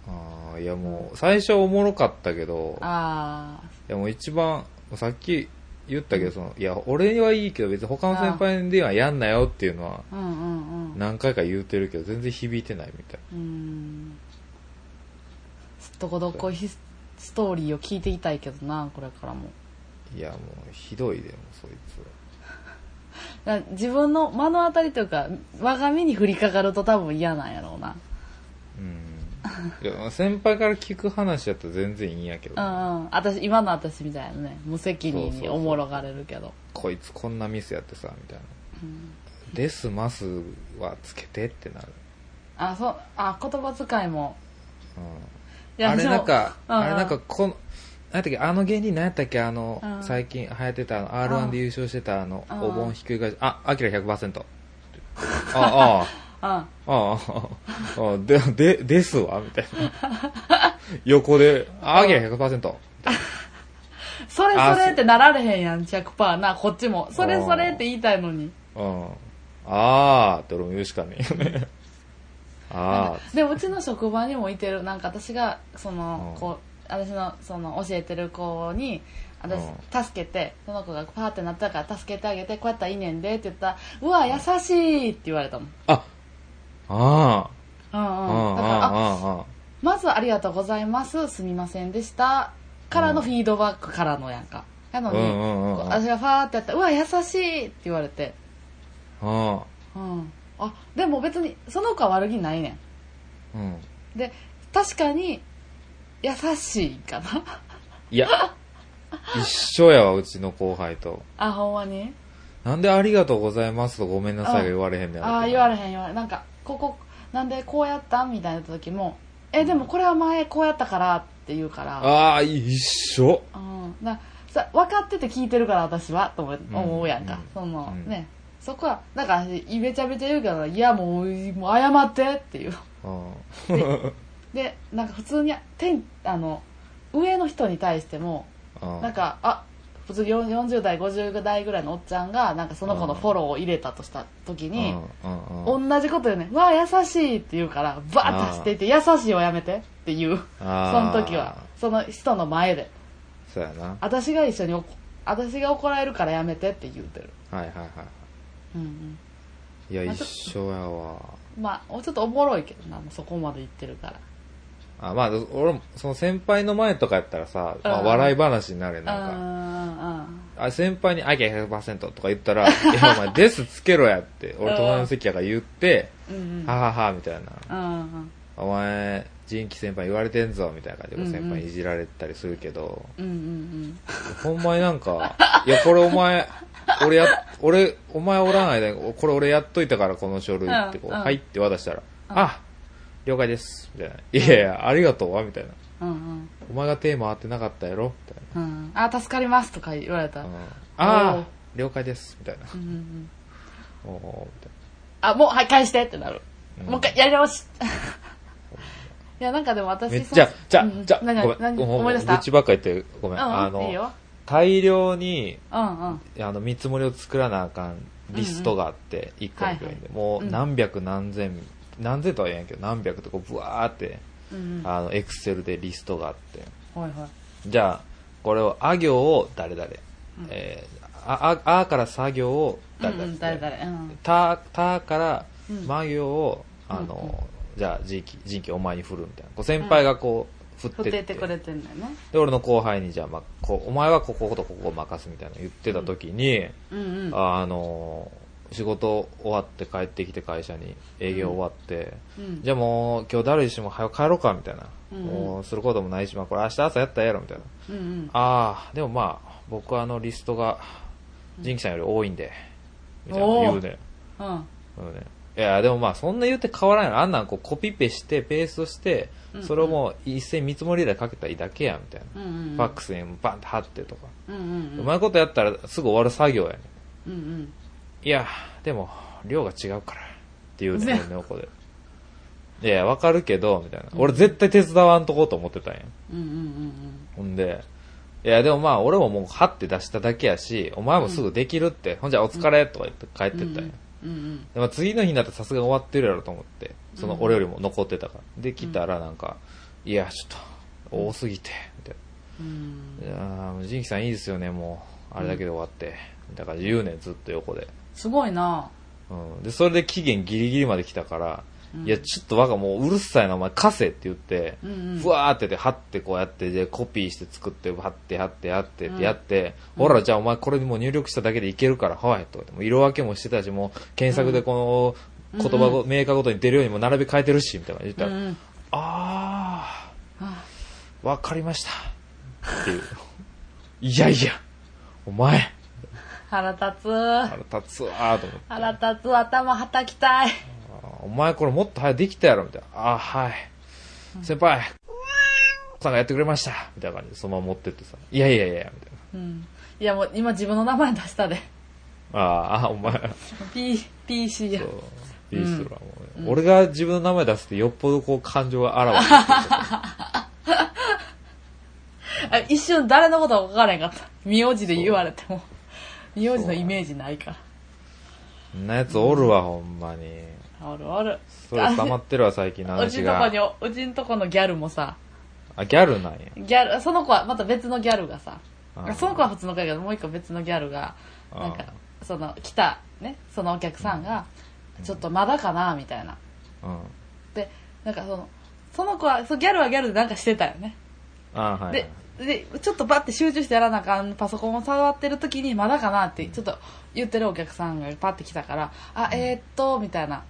Speaker 1: あーいや、もう、最初おもろかったけど、
Speaker 2: あ
Speaker 1: いやもう一番さっき言ったけどそのいや俺はいいけど別に他の先輩ではやんなよっていうのは
Speaker 2: ー、うんうんうん。
Speaker 1: 何回か言うてるけど全然響いてないみたいう
Speaker 2: ーん。どこどっこいヒスストーリーを聞いていたいけどな、これからも。
Speaker 1: いやもうひどいでもうそい
Speaker 2: だ自分の目の当たりというか、我が身に降りかかると多分嫌なんやろうな。
Speaker 1: つうんいや先輩から聞く話やったら全然いいんやけど、
Speaker 2: うんうん私今の私みたいなね無責任
Speaker 1: そうそう
Speaker 2: に
Speaker 1: そう
Speaker 2: おもろがれるけど
Speaker 1: こいつこんなミスやってさみたいな「ですます」はつけてってなる、
Speaker 2: あそうあ言葉遣いもい
Speaker 1: うん、
Speaker 2: や
Speaker 1: あれ
Speaker 2: 私も
Speaker 1: なんか
Speaker 2: うんうん
Speaker 1: あれなんかこの何やったっけあの芸人何やったっけあの、
Speaker 2: うん
Speaker 1: 最近流行ってたあの r
Speaker 2: う
Speaker 1: 1
Speaker 2: ん
Speaker 1: で優勝してたあの、
Speaker 2: うん
Speaker 1: お盆ひっくり返しあアキラ100%ああ
Speaker 2: うん
Speaker 1: ああ、ああ、で、で、ですわ、みたいな。横で、ああげ100%。
Speaker 2: それ
Speaker 1: あ
Speaker 2: そ
Speaker 1: そ
Speaker 2: れ
Speaker 1: う
Speaker 2: ってなられへんやん100%なこっちもそれそれって言いたいのに
Speaker 1: うん。ああ、って俺も言うしかねえよね。あ
Speaker 2: でうちの職場にもいてるなんか私がその
Speaker 1: うん
Speaker 2: こう私のその教えてる子に私助けてその子がパーってなったから助けてあげてこうやったらいいねんでって言ったら「うわ優しい」って言われたもんうん
Speaker 1: あ、あ
Speaker 2: う
Speaker 1: あ、ああ、
Speaker 2: んだからあ
Speaker 1: ああ、
Speaker 2: まず「ありがとうございますすみませんでした」からのフィードバックからのやんか
Speaker 1: あ
Speaker 2: な
Speaker 1: あ、
Speaker 2: の
Speaker 1: う
Speaker 2: に
Speaker 1: んうんうん
Speaker 2: こう
Speaker 1: うん。あ
Speaker 2: 私がファーってやったら「うわ優しい」って言われて
Speaker 1: あ、
Speaker 2: うんあでも別にその子は悪気ないねん
Speaker 1: うん。
Speaker 2: で確かに優しいかな
Speaker 1: いや、一緒やわ、うちの後輩と。
Speaker 2: あほんまに
Speaker 1: なんでありがとうございますとごめんなさいが言われへんねやろ
Speaker 2: ああ言われへん言われへんなんかここなんでこうやったみたいな時もえでもこれは前こうやったからって言うから
Speaker 1: ああ、一緒。
Speaker 2: うんなさ分かってて聞いてるから私はと思う
Speaker 1: うん
Speaker 2: 思うやんか、
Speaker 1: うん
Speaker 2: その、
Speaker 1: うん
Speaker 2: ねそこはだから私めちゃめちゃ言うけどいやもうもう謝ってっていう
Speaker 1: うん。
Speaker 2: でなんか普通に天あの上の人に対しても
Speaker 1: うん
Speaker 2: なんかあ普通に40代50代ぐらいのおっちゃんがなんかその子のフォローを入れたとした時
Speaker 1: う
Speaker 2: に、
Speaker 1: んうんうん
Speaker 2: 同じことよね「わあ優しい」って言うからバーッと走っていって「優しい」をやめてっていうその
Speaker 1: あー
Speaker 2: 時はその人の前で
Speaker 1: そうやなは
Speaker 2: 私が一緒におこ私が怒られるからやめてって言うてる、
Speaker 1: いはいは
Speaker 2: うん
Speaker 1: いいや
Speaker 2: まあち
Speaker 1: 一
Speaker 2: ょ
Speaker 1: 緒やわ
Speaker 2: うん、まあちょっとおもろいけどなもうそこまで言ってるから
Speaker 1: あまあ俺もその先輩の前とかやったらさ、まあ
Speaker 2: うん
Speaker 1: 笑い話になるやんなんか
Speaker 2: うん
Speaker 1: あ先輩に「あきゃ100%」とか言った ら「いやお前ですつけろや」って俺隣の席やから言って
Speaker 2: うんう
Speaker 1: 「
Speaker 2: ん
Speaker 1: ははは」みたいな
Speaker 2: うんうん
Speaker 1: 「お前仁気先輩言われてんぞ」みたいな感じで
Speaker 2: うんう
Speaker 1: 先
Speaker 2: ん
Speaker 1: 輩いじられたりするけど、
Speaker 2: うんうんうん
Speaker 1: ほんまになん か「いやこれお前俺や俺お前おらないでこれ俺やっといたからこの書類」ってこう「
Speaker 2: うんうん
Speaker 1: はい」って渡したら「
Speaker 2: うん
Speaker 1: あ了解です」みたいな「いやいやありがとうわ」みたいな
Speaker 2: うんうん
Speaker 1: 「お前が手回ってなかったやろ」みたい
Speaker 2: うんあ助かりますとか言われた、
Speaker 1: な「うん
Speaker 2: お
Speaker 1: あ
Speaker 2: う
Speaker 1: あ了解です」みたいな
Speaker 2: うんうんうん
Speaker 1: 「おうおう」みたい
Speaker 2: あ、もう、はい、返してってなる。
Speaker 1: うん
Speaker 2: もう一回、やり直し。 いや、なんかでも
Speaker 1: な
Speaker 2: 私、
Speaker 1: めっちゃ
Speaker 2: その
Speaker 1: じゃ
Speaker 2: うん
Speaker 1: じゃごめん
Speaker 2: 何
Speaker 1: ごめん
Speaker 2: 何
Speaker 1: ご
Speaker 2: 思い
Speaker 1: め
Speaker 2: 出
Speaker 1: ん
Speaker 2: し
Speaker 1: 愚
Speaker 2: た
Speaker 1: 痴ばっか言ってごめん
Speaker 2: うん、
Speaker 1: あ
Speaker 2: うん、いい
Speaker 1: の
Speaker 2: よ。
Speaker 1: 大量に
Speaker 2: うん、うん。
Speaker 1: あの見積もりを作らなあかんリストがあって1個の病院でもう
Speaker 2: うん
Speaker 1: 何百何千何千とは言えんけど何百とこうブワーって
Speaker 2: うん、うん。は
Speaker 1: あのエクセルでリストがあって
Speaker 2: いはい。
Speaker 1: じゃあこれをあ行を誰々
Speaker 2: うん
Speaker 1: えーあああから作業を誰
Speaker 2: うんう
Speaker 1: 々
Speaker 2: ん誰々うん
Speaker 1: たたから
Speaker 2: うん
Speaker 1: ま行をあ
Speaker 2: うんうん
Speaker 1: のじゃあ人気人気お前に振るみたいなこう先輩がこう振
Speaker 2: 振
Speaker 1: っ
Speaker 2: って
Speaker 1: て
Speaker 2: い
Speaker 1: っ
Speaker 2: っててくれてんだよね。
Speaker 1: で俺の後輩にじゃあまこうお前はこことここを任すみたいなの言ってた時に
Speaker 2: うん、うん。
Speaker 1: あの仕事終わって帰ってきて会社に営業終わって、
Speaker 2: うん
Speaker 1: じゃあもう今日誰しも早く帰ろうかみたいな、
Speaker 2: うん
Speaker 1: もうすることもないし、まあ、これ明日朝やったらええやろみたいな
Speaker 2: うん、うん。
Speaker 1: ああでもまあ僕はあのリストが仁キさんより多いんでみたいな
Speaker 2: おー
Speaker 1: 言うね,、
Speaker 2: うん。
Speaker 1: 言うねいやでもまあそんな言って変わらんやろあんなんこうコピペしてペーストして
Speaker 2: うん
Speaker 1: それをもう一斉見積もりでかけたらいいだけやみたいな、
Speaker 2: うん、うん。
Speaker 1: ファックスにバンって貼ってとか、
Speaker 2: うん、うん。
Speaker 1: う
Speaker 2: うん
Speaker 1: まいことやったらすぐ終わる作業やね
Speaker 2: うん、
Speaker 1: いや、でも、量が違うから。って言う ね
Speaker 2: ね、
Speaker 1: 俺の横で。いや、わかるけど、みたいな。俺絶対手伝わんとこうと思ってたんや。
Speaker 2: うん。うん、うん、うん。
Speaker 1: ほんで、いや、でもまあ、俺ももう、はって出しただけやし、お前もすぐできるって、ほんじゃ、お疲れとか言って帰ってったんや。
Speaker 2: うん、うん。
Speaker 1: でまあ次の日になったらさすが終わってるやろと思って、その俺よりも残ってたから。で、来たらなんか、いや、ちょっと、多すぎて、みたいな。
Speaker 2: う
Speaker 1: い
Speaker 2: ん。
Speaker 1: やージンキさんいいですよね、もう。あれだけで終わって。だから言うねん、ずっと横で。
Speaker 2: すごいな
Speaker 1: うん、でそれで期限ギリギリまで来たから、
Speaker 2: うん
Speaker 1: いやちょっと若もううるさいなお前貸せって言って、
Speaker 2: うんうん
Speaker 1: ふわーってで貼ってこうやってでコピーして作って貼って貼って貼ってってやって、ほらじゃあお前これもう入力しただけでいけるからはいとかもう色分けもしてたしもう検索でこの言葉ご、メーカーごとに出るようにも並び替えてるしみたいなの言った
Speaker 2: う
Speaker 1: ら、
Speaker 2: ん、
Speaker 1: あ
Speaker 2: あ
Speaker 1: あわかりましたっていういやいやお前
Speaker 2: 腹立つ。
Speaker 1: 腹立つわーと思って
Speaker 2: 腹立つ。頭はたきたい。
Speaker 1: お前これもっと早くできたやろみたいなああはい先輩さんがやってくれましたみたいな感じでそのまま持ってってさいやいやいやみたい
Speaker 2: うん。いやもう今自分の名前出したで。
Speaker 1: なあーあお前
Speaker 2: P、PC や
Speaker 1: そ。ういい人だもうね、俺が自分の名前出すってよっぽどこう感情があらわになってる
Speaker 2: あ一瞬誰のことか分からへんかった。名字で言われても。名字のイメージないか
Speaker 1: そんなやつおるわほんまに
Speaker 2: ら。おるおる。
Speaker 1: ストレス溜まってるわ最近の
Speaker 2: う
Speaker 1: 話
Speaker 2: ちんとこ
Speaker 1: が
Speaker 2: に、うちんとこのギャルもさ、
Speaker 1: あギャルなんや
Speaker 2: ギャル、その子はまた別のギャルがさ
Speaker 1: あー、
Speaker 2: その子は普通の子やけど、もう一個別のギャルが、な
Speaker 1: あ
Speaker 2: んか、その、来た、ね、そのお客さんが、ちょっとまだかな、みたいな。
Speaker 1: うん
Speaker 2: で、なんかその、その子は、そうギャルはギャルでなんかしてたよね。
Speaker 1: あはい、はい
Speaker 2: で、で、ちょっとバッて集中してやらなあかん、パソコンを触ってる時に、まだかなって、ちょっと言ってるお客さんがパッて来たから、あ、えー、っと、みたいな。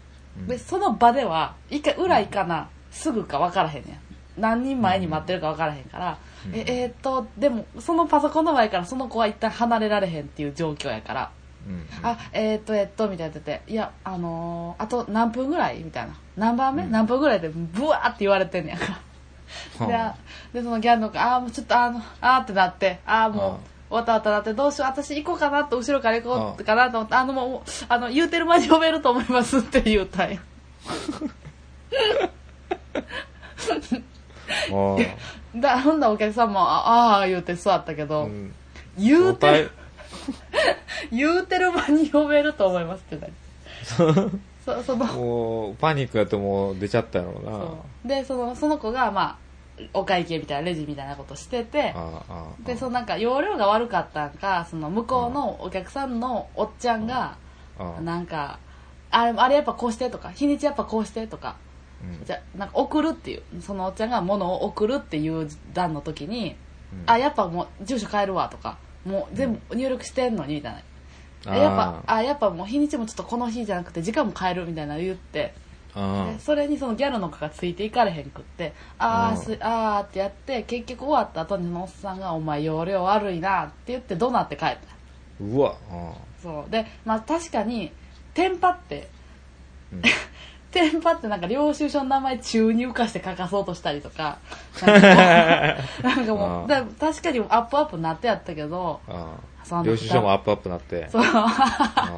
Speaker 2: で、その場では、一回裏行かな、すぐか分からへんねん。何人前に待ってるか分からへんから、
Speaker 1: うん
Speaker 2: え、えー、っと、でも、そのパソコンの前からその子は一旦離れられへんっていう状況やから、
Speaker 1: うん
Speaker 2: あ、えー、っと、えーっと、みたいな言ってて、いや、あのーあと何分ぐらいみたいな。何番目、何分ぐらいで、ブワーって言われてんねやから。
Speaker 1: うん
Speaker 2: であでそのギャルの子ああもうちょっとあのあーってなってああもうわたわたなってどうしよう私行こうかなと後ろから行こうかなと思ってあのもうもうあの言うてる間に呼べると思いますって言うたんや
Speaker 1: も
Speaker 2: だほんだらお客さんもああー言うて座ったけ
Speaker 1: う
Speaker 2: ど、
Speaker 1: うん
Speaker 2: 言う
Speaker 1: 相
Speaker 2: て
Speaker 1: 対
Speaker 2: る 言うてる間に呼べると思いますって言 ったんやそその
Speaker 1: もうパニックやってもう出ちゃったやろうな
Speaker 2: そうでそのその子がまあお会計みたいなレジみたいなことしてて、
Speaker 1: あああ
Speaker 2: でそのなんか容量が悪かったんかその向こうのお客さんのおっちゃんが
Speaker 1: あ
Speaker 2: なんかあれあれやっぱこうしてとか日にちやっぱこうしてとか
Speaker 1: うん
Speaker 2: じゃなんか送るっていうそのおっちゃんが物を送るっていう段の時に、
Speaker 1: うん
Speaker 2: あやっぱもう住所変えるわとかもう全部入力してんのにみたいな、やっぱあやっぱもう日にちもちょっとこの日じゃなくて時間も変えるみたいなの言って
Speaker 1: あ
Speaker 2: でそれにそのギャルの子がついていかれへんくってあーすあーってやって結局終わった後にそのおっさんが「お前容量悪いな」って言って怒鳴って帰った
Speaker 1: うんうわあ
Speaker 2: そうでまあ確かにテンパって
Speaker 1: うん
Speaker 2: テンパってなんか領収書の名前中に浮かして書かそうとしたりとかなんかもう
Speaker 1: あ
Speaker 2: なんかもう
Speaker 1: ー
Speaker 2: だ確かにアップアップなってやったけど
Speaker 1: あ
Speaker 2: そんな
Speaker 1: 領収書もアップアップなって
Speaker 2: そう
Speaker 1: あ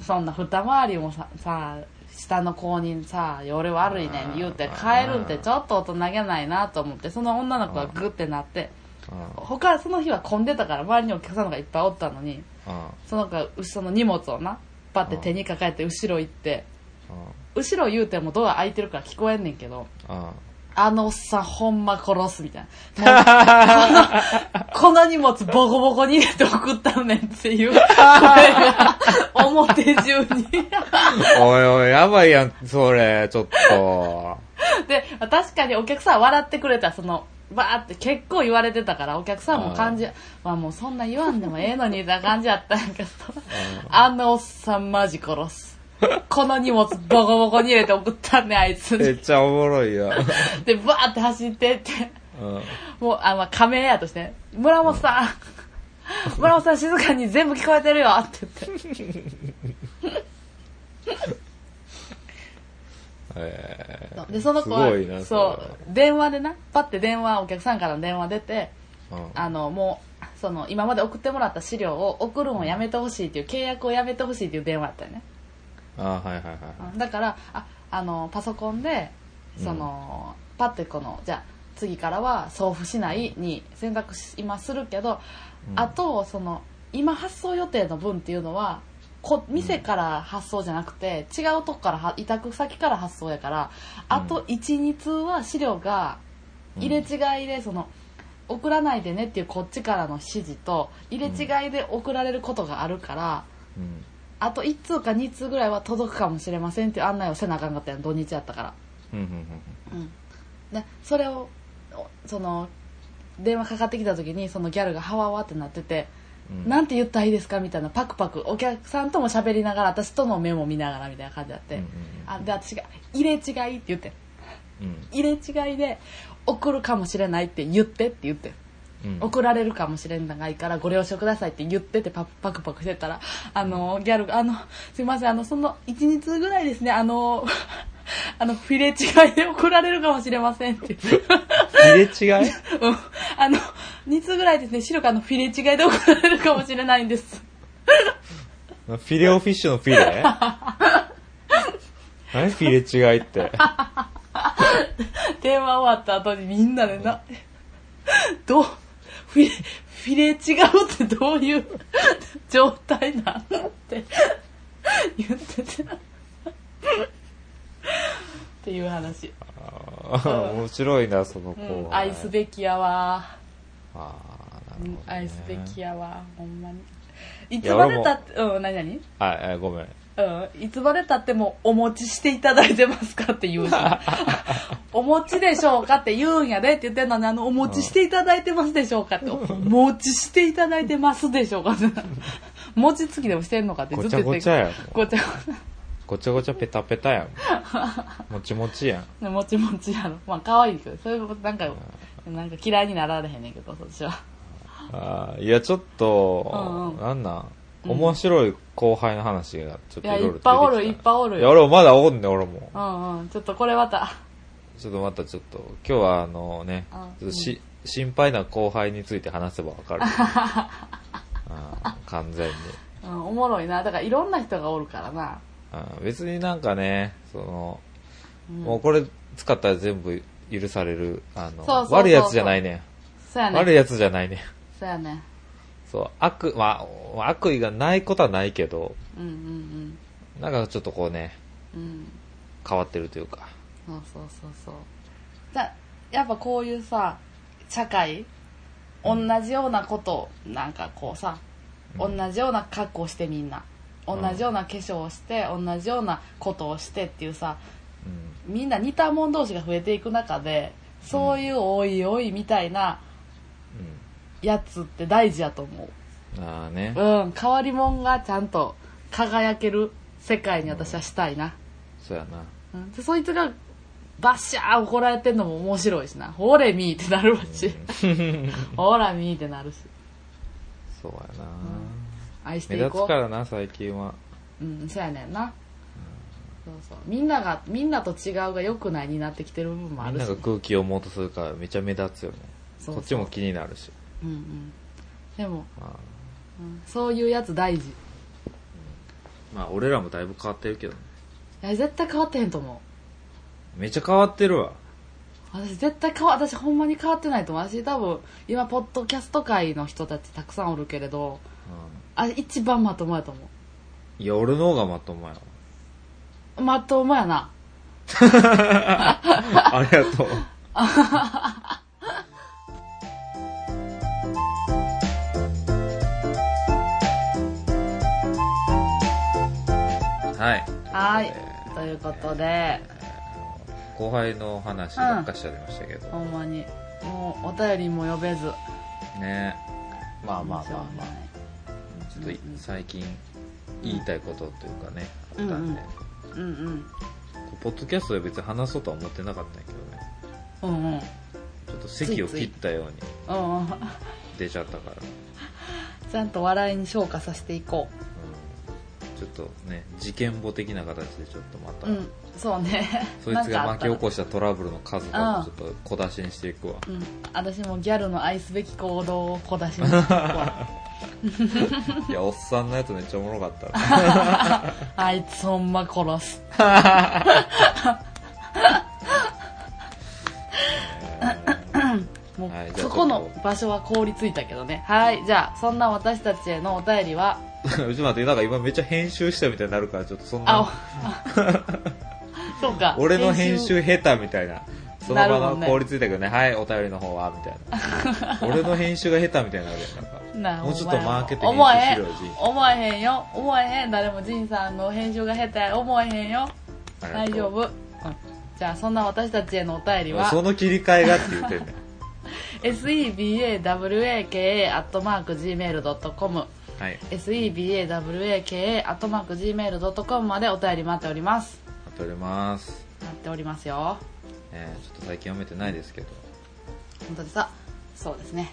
Speaker 2: そんな二回りもささ下の公認さ「俺悪いねん」言うて帰るんってちょっと大人げないなと思ってその女の子がグッてなって
Speaker 1: あ
Speaker 2: 他その日は混んでたから周りにお客さんがいっぱいおったのに
Speaker 1: あ
Speaker 2: その子がその荷物をなパッて手に抱えて後ろ行って
Speaker 1: あ
Speaker 2: 後ろ言うてもドア開いてるから聞こえんねんけど
Speaker 1: あ
Speaker 2: あのおっさんほんま殺すみたいな。も うこのこの荷物ボコボコに入れて送ったんねんっていう声が表中に。
Speaker 1: おいおいやばいやんそれちょっと
Speaker 2: で、確かにお客さん笑ってくれた、その、バーって結構言われてたから、お客さんも感じ、まあもうそんな言わんでもええのに、みたいな感じやったんやけど、あのおっさんマジ殺す。この荷物ボコボコに入れて送ったんねん、あいつ
Speaker 1: め
Speaker 2: に。
Speaker 1: っちゃおもろいや
Speaker 2: で、バーって走ってって、
Speaker 1: うん
Speaker 2: もう、あ、まあ仮名やとして、村本さん、村本さん静かに全部聞こえてるよって言って。
Speaker 1: え
Speaker 2: で、その子は
Speaker 1: すごいな、
Speaker 2: そ
Speaker 1: それは
Speaker 2: う、電話でな、パって電話、お客さんからの電話出て、
Speaker 1: ーうん
Speaker 2: あのもうその今まで送ってもらった資料を送るのをやめてほしいっていう契約をやめてほしいっていう電話だったよね
Speaker 1: あはいはいはいは
Speaker 2: うんだからああのパソコンでその、パッてこのじゃあ次からは送付しないに選択し今するけど、
Speaker 1: うん
Speaker 2: あとその今発送予定の分っていうのはこ店から発送じゃなくて、違うとこからは委託先から発送やからあと12通は資料が入れ違いでその送らないでねっていうこっちからの指示と入れ違いで送られることがあるから、
Speaker 1: いうん
Speaker 2: あと1通か2通ぐらいは届くかもしれませんっていう案内をせなあかんかったやん土日やったから、
Speaker 1: うんうん
Speaker 2: うん、でそれをおその電話かかってきた時にそのギャルがハワワってなってて、
Speaker 1: うん
Speaker 2: なんて言ったらいいですかみたいなパクパクお客さんとも喋りながら私との目も見ながらみたいな感じだって、
Speaker 1: うんうん
Speaker 2: あで私が「入れ違い」って言ってん
Speaker 1: うん
Speaker 2: 入れ違いで送るかもしれないって言ってって言って
Speaker 1: うん
Speaker 2: 怒られるかもしれないからご了承くださいって言っててパパクパクしてたらあのギャルが「あのすいませんあのその1日ぐらいですねあの あのフィレ違いで怒られるかもしれません」って
Speaker 1: 入れ違い
Speaker 2: うんあの2通ぐらいですね白があのフィレ違いで怒られるかもしれないんです
Speaker 1: フィレオフィッシュのフィレ 何フィレ違いって。
Speaker 2: 電話終わった後にみんなでなどうフィレフィレ違うってどういう状態なんって言っててっていう話、
Speaker 1: あー面白いな、その
Speaker 2: う
Speaker 1: 子
Speaker 2: ん、
Speaker 1: は。
Speaker 2: 愛すべきやわ、
Speaker 1: あーな
Speaker 2: う
Speaker 1: るほど
Speaker 2: ん
Speaker 1: ね
Speaker 2: 愛すべきやわほんまにいつまでたってうん何何
Speaker 1: ああごめん。
Speaker 2: うん、いつまでたってもお持ちしていただいてますかって言うし お持ちでしょうかって言うんやでって言ってんのにあのお持ちしていただいてますでしょうかってお持ちしていただいてますでしょうかって餅つきでもしてんのかってずっ
Speaker 1: ご
Speaker 2: と
Speaker 1: ちゃ
Speaker 2: 言って
Speaker 1: ごちゃやん。
Speaker 2: ごち
Speaker 1: ごち
Speaker 2: ゃ
Speaker 1: ゃごちゃペタペタ やん。もちもちやん。
Speaker 2: もちもちやろまあ可愛いけどそれもなんかなんか嫌いになられへんねんけどそっちは
Speaker 1: あーいや、ちょっと、
Speaker 2: うんうん
Speaker 1: なんなん
Speaker 2: うん
Speaker 1: 面白い後輩の話がちょっ
Speaker 2: い
Speaker 1: と
Speaker 2: や
Speaker 1: いろい
Speaker 2: い
Speaker 1: ろ出
Speaker 2: っ
Speaker 1: てき
Speaker 2: ぱいお
Speaker 1: た
Speaker 2: るいっぱいおる
Speaker 1: いや、俺もまだおんね、俺も。
Speaker 2: うんうんちょっとこれまた
Speaker 1: ちょっとまたちょっと、今日はあのね
Speaker 2: あ、
Speaker 1: ちょっとし、心配な後輩について話せばわかる。 あー完全に
Speaker 2: うんおもろいなだからいろんな人がおるからな
Speaker 1: あー別になんかね、その、
Speaker 2: うん
Speaker 1: もうこれ使ったら全部許される、あの、
Speaker 2: そうそうそうそう
Speaker 1: 悪いやつじゃないね
Speaker 2: そうや
Speaker 1: ん。
Speaker 2: ね
Speaker 1: 悪いやつじゃないねん。
Speaker 2: そうやね
Speaker 1: そう、悪、まあ、悪意がないことはないけど、
Speaker 2: うんうん
Speaker 1: なんかちょっとこうね、
Speaker 2: うんうん
Speaker 1: 変わってるというか。
Speaker 2: そうそうそうそうだやっぱこういうさ社会同じようなことなんかこうさ、同じような格好をしてみんな同
Speaker 1: ん
Speaker 2: じような化粧をして同じようなことをしてっていうさ
Speaker 1: うん。
Speaker 2: みんな似た者同士が増えていく中でそういうおいおいみたいなやつって大事やと思う
Speaker 1: うん。ああね。
Speaker 2: うん変わり者がちゃんと輝ける世界に私はしたいな、
Speaker 1: そうやな。
Speaker 2: うん、でそいつがバッシャー怒られてんのも面白いしな「ほれみー」ってなるわし「ほらみー」ってなるし
Speaker 1: そうやな。
Speaker 2: 愛して
Speaker 1: 目
Speaker 2: い
Speaker 1: 立
Speaker 2: こ
Speaker 1: つ
Speaker 2: う
Speaker 1: からな、最近は。
Speaker 2: うんそうやねんなそうそうみんながみんなと違うが良くないになってきてる部分もあ
Speaker 1: みん
Speaker 2: る
Speaker 1: な
Speaker 2: し
Speaker 1: が空気をもうとするからめちゃ目立つよね。
Speaker 2: そうそう
Speaker 1: こっちも気になるし。
Speaker 2: うんうんでも、
Speaker 1: ま
Speaker 2: うんそういうやつ大事い
Speaker 1: あ、まあ、俺らもだいぶ変わってるけどね。
Speaker 2: や絶対変わってへんと思う
Speaker 1: めちゃ変わってるわ。
Speaker 2: 私絶対変わ私ほんまに変わってないと思う私多分今ポッドキャスト界の人たちたくさんおるけれど
Speaker 1: う
Speaker 2: あ一番まともやと思
Speaker 1: ん。いや、俺の方がまともやわ。
Speaker 2: うまともやな
Speaker 1: ありがとう。はい。
Speaker 2: はい
Speaker 1: え。
Speaker 2: ということで、
Speaker 1: ー後輩の話ばっかしちゃいましたけど、
Speaker 2: ほんまに、もうお便りも呼べず。
Speaker 1: ねまあまあまあまあ
Speaker 2: あ。
Speaker 1: ちょっとい最近言いたいことというかね、
Speaker 2: うん
Speaker 1: あったんで、
Speaker 2: うんうん。
Speaker 1: ポッドキャストで別に話そうとは思ってなかったんやけどね
Speaker 2: うんうん。うん
Speaker 1: ちょっと席を切ったように
Speaker 2: うん。
Speaker 1: 出ちゃったから
Speaker 2: ちゃんと笑いに昇華させていこ
Speaker 1: うんちょっとね事件簿的な形でちょっとまた、
Speaker 2: う。うん。そうね。
Speaker 1: そいつが巻き起
Speaker 2: る。
Speaker 1: こしたトラブルの数々
Speaker 2: う
Speaker 1: を
Speaker 2: ん
Speaker 1: ちょっと小出しにしていくわ、
Speaker 2: うん。私もギャルの愛すべき行動を小出しにしてい くわ
Speaker 1: いやおっさんのやつめっちゃおもろかったな
Speaker 2: あいつほんま殺す。もう
Speaker 1: はいじゃあ
Speaker 2: そこの場所は凍りついたけどね。はい。じゃあ、そんな私たちへのお便りは、
Speaker 1: ちょっと待ってなんか今めっちゃ編集したみたいになるからちょっとそん
Speaker 2: あ、お
Speaker 1: な
Speaker 2: そうか。
Speaker 1: 俺の編集下手みたいなその
Speaker 2: なる
Speaker 1: 場
Speaker 2: も
Speaker 1: の
Speaker 2: んね
Speaker 1: 効率いいたけどねはいお便りの方はみ たいな俺の編集が下手みたいになるやんなんか
Speaker 2: なあ
Speaker 1: もうちょっとマーケティング
Speaker 2: 思えへん
Speaker 1: しろよジン
Speaker 2: 思えへんよ思えへん誰もジンさんの編集が下手や思えへんよ
Speaker 1: ありが
Speaker 2: 大
Speaker 1: とう
Speaker 2: 丈夫、うんじゃあそんな私たちへのお便りは
Speaker 1: その切り替えがって言ってんねん
Speaker 2: sebawaka.gmail.com
Speaker 1: はい
Speaker 2: sebawaka.gmail.com までお便り待っております
Speaker 1: 撮れます
Speaker 2: 待っておりますよ
Speaker 1: えーちょっと最近読めてないですけど、
Speaker 2: 本当でさそうですね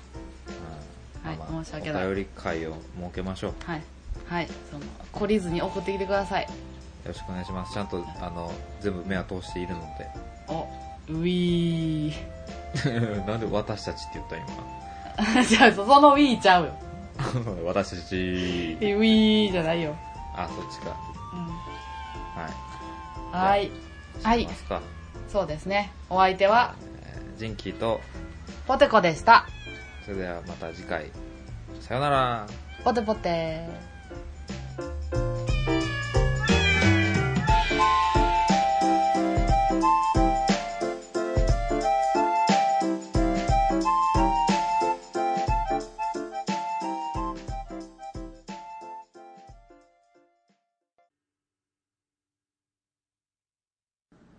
Speaker 1: うん
Speaker 2: はい
Speaker 1: まあまあ
Speaker 2: 申し訳ない
Speaker 1: お便り会を設けましょうよ
Speaker 2: はいはいその懲りずに送ってきてください
Speaker 1: ろしくお願いしますちゃんとあの全部目は通しているの
Speaker 2: おうィー
Speaker 1: で なんで私たちって言った今
Speaker 2: じゃあそのウィーちゃうよ
Speaker 1: 私たち
Speaker 2: ウィーじゃないよ、
Speaker 1: あそっちか
Speaker 2: うん、
Speaker 1: はい
Speaker 2: はいは
Speaker 1: し
Speaker 2: い
Speaker 1: ますか
Speaker 2: そうですねお相手は
Speaker 1: えージンキーと
Speaker 2: ポテコでした
Speaker 1: それではまた次回さよなら
Speaker 2: ポテポテ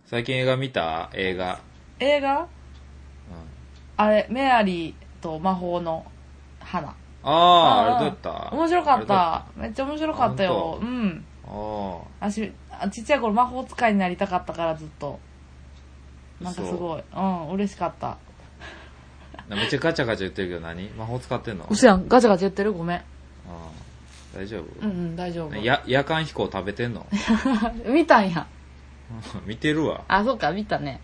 Speaker 1: 最近映画見た映画、
Speaker 2: 映画
Speaker 1: うん、
Speaker 2: あれメアリーと魔法の花
Speaker 1: ああ
Speaker 2: あ
Speaker 1: あ
Speaker 2: ー
Speaker 1: れどうやった
Speaker 2: 面白かっ
Speaker 1: あ
Speaker 2: ためっちゃ面白かった
Speaker 1: あ本
Speaker 2: よ
Speaker 1: 当
Speaker 2: うん
Speaker 1: れどうやったあ
Speaker 2: 私あちっちゃい頃魔法使いになりたかったからずっとなんかすごいうん嬉しかった
Speaker 1: ーめっちゃガチャガチャ言ってるけど何魔法使ってんの
Speaker 2: うそやんガチャガチャ言ってるごめん
Speaker 1: あー大丈
Speaker 2: うんうん大丈夫
Speaker 1: 夫、や夜間飛行食べてんの
Speaker 2: 見たんや
Speaker 1: 見てるわ
Speaker 2: あそうか見たね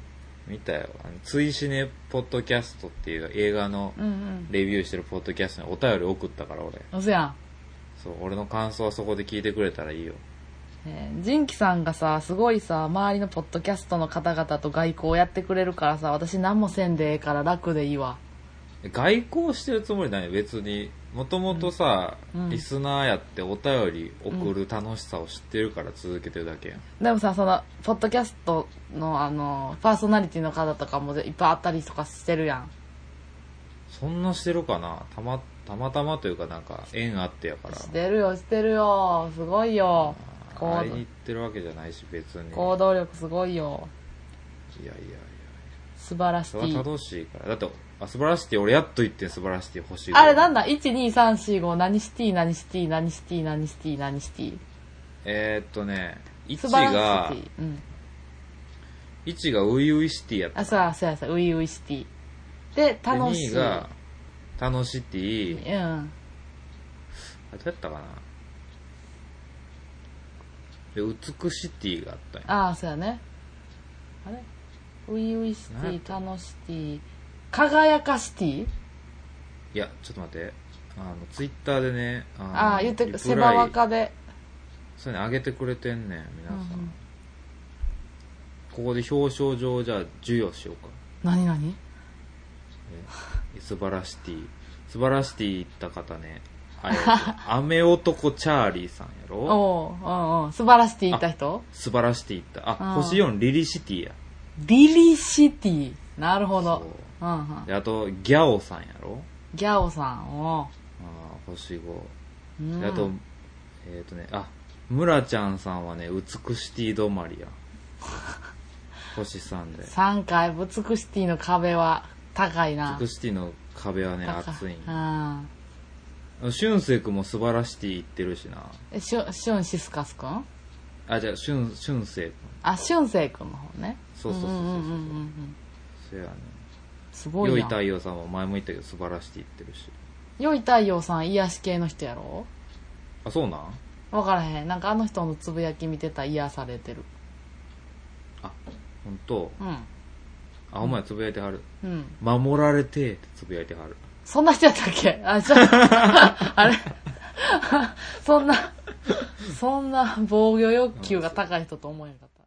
Speaker 1: 見たよあの追試ねポッドキャストっていう映画の
Speaker 2: うんうん
Speaker 1: レビューしてるポッドキャストにお便り送ったから俺
Speaker 2: うそやん
Speaker 1: そう俺の感想はそこで聞いてくれたらいいよ
Speaker 2: えージンキさんがさすごいさ周りのポッドキャストの方々と外交やってくれるからさ私何もせんでええから楽でいいわ
Speaker 1: 外交してるつもりない別にもともとさ、
Speaker 2: うん
Speaker 1: リスナーやってお便り送る楽しさを知ってるから続けてるだけやん、
Speaker 2: でもさそのポッドキャストのあのパーソナリティの方とかもいっぱいあったりとかしてるやん
Speaker 1: そんなしてるかなたまたまたまというかなんか縁あってやから
Speaker 2: してるよしてるよすごいよ行
Speaker 1: 会いに行ってるわけじゃないし別にいや
Speaker 2: 行動力すごいよ
Speaker 1: いやいや
Speaker 2: 素晴らし
Speaker 1: それはい楽しいからだってあ素晴らしいって俺やっと言ってん素晴らしいって欲しい
Speaker 2: あれなん
Speaker 1: だ
Speaker 2: だ12345何シティ何シティ何シティ何シティ何シティ
Speaker 1: えー、っとね
Speaker 2: 素
Speaker 1: 1
Speaker 2: 晴ら
Speaker 1: が
Speaker 2: しいシティうん
Speaker 1: 1がウイウイシティやった
Speaker 2: あそうやそうやそうやウイウイシティで
Speaker 1: で
Speaker 2: 楽し
Speaker 1: 2
Speaker 2: い
Speaker 1: が楽しいティ
Speaker 2: うん
Speaker 1: あどうやったかなで美しいティがあったんや
Speaker 2: ああそうやねあれウイウイシティ楽しティ輝かシティ
Speaker 1: いやちょっと待ってあのツイッターでねあの
Speaker 2: ああ言って
Speaker 1: リプ
Speaker 2: く
Speaker 1: ライ
Speaker 2: セバワカで
Speaker 1: そうね上げてくれてんねん皆さん、
Speaker 2: うんうん
Speaker 1: ここで表彰状をじゃあ授与しようか
Speaker 2: 何何
Speaker 1: 素晴らしティ素晴らしティ行った方ねあ れ雨男チャーリーさんや
Speaker 2: お
Speaker 1: ろ
Speaker 2: おううんうん素晴らしティ行った人
Speaker 1: 素晴らしティ行ったあ
Speaker 2: うん
Speaker 1: 星4リリシティや
Speaker 2: リリシティなるほどうんうん
Speaker 1: であとギャオさんやろ
Speaker 2: ギャオさんを、
Speaker 1: あー星5
Speaker 2: うん
Speaker 1: であと、えっ、とねあムラちゃんさんはね美しティ止まり や星3で
Speaker 2: 3回ブツクシティの壁は高いな
Speaker 1: 美しティの壁はね
Speaker 2: 高
Speaker 1: 熱いんよ
Speaker 2: うん
Speaker 1: 俊く君も素晴らしティ行ってるしな
Speaker 2: えしゅシュンシスカスくん
Speaker 1: あじゃあ俊俊く君
Speaker 2: あシュンセイくんの方ね
Speaker 1: そうそうそうそうそう,、
Speaker 2: んんんうんうん
Speaker 1: そやね
Speaker 2: すごい
Speaker 1: 良
Speaker 2: ない
Speaker 1: 太陽さんも前も言ったけど素晴らしティ行ってるし
Speaker 2: 良い太陽さん癒し系の人やろ
Speaker 1: あそうなん
Speaker 2: 分からへんなんかあの人のつぶやき見てたら癒されてる
Speaker 1: あ本当。
Speaker 2: うん
Speaker 1: あほんまやつぶやいてはる
Speaker 2: うん
Speaker 1: 「守られて」ってつぶやいてはる
Speaker 2: そんな人やったっけあじゃあ あれそんなそんな防御欲求が高い人と思えなかった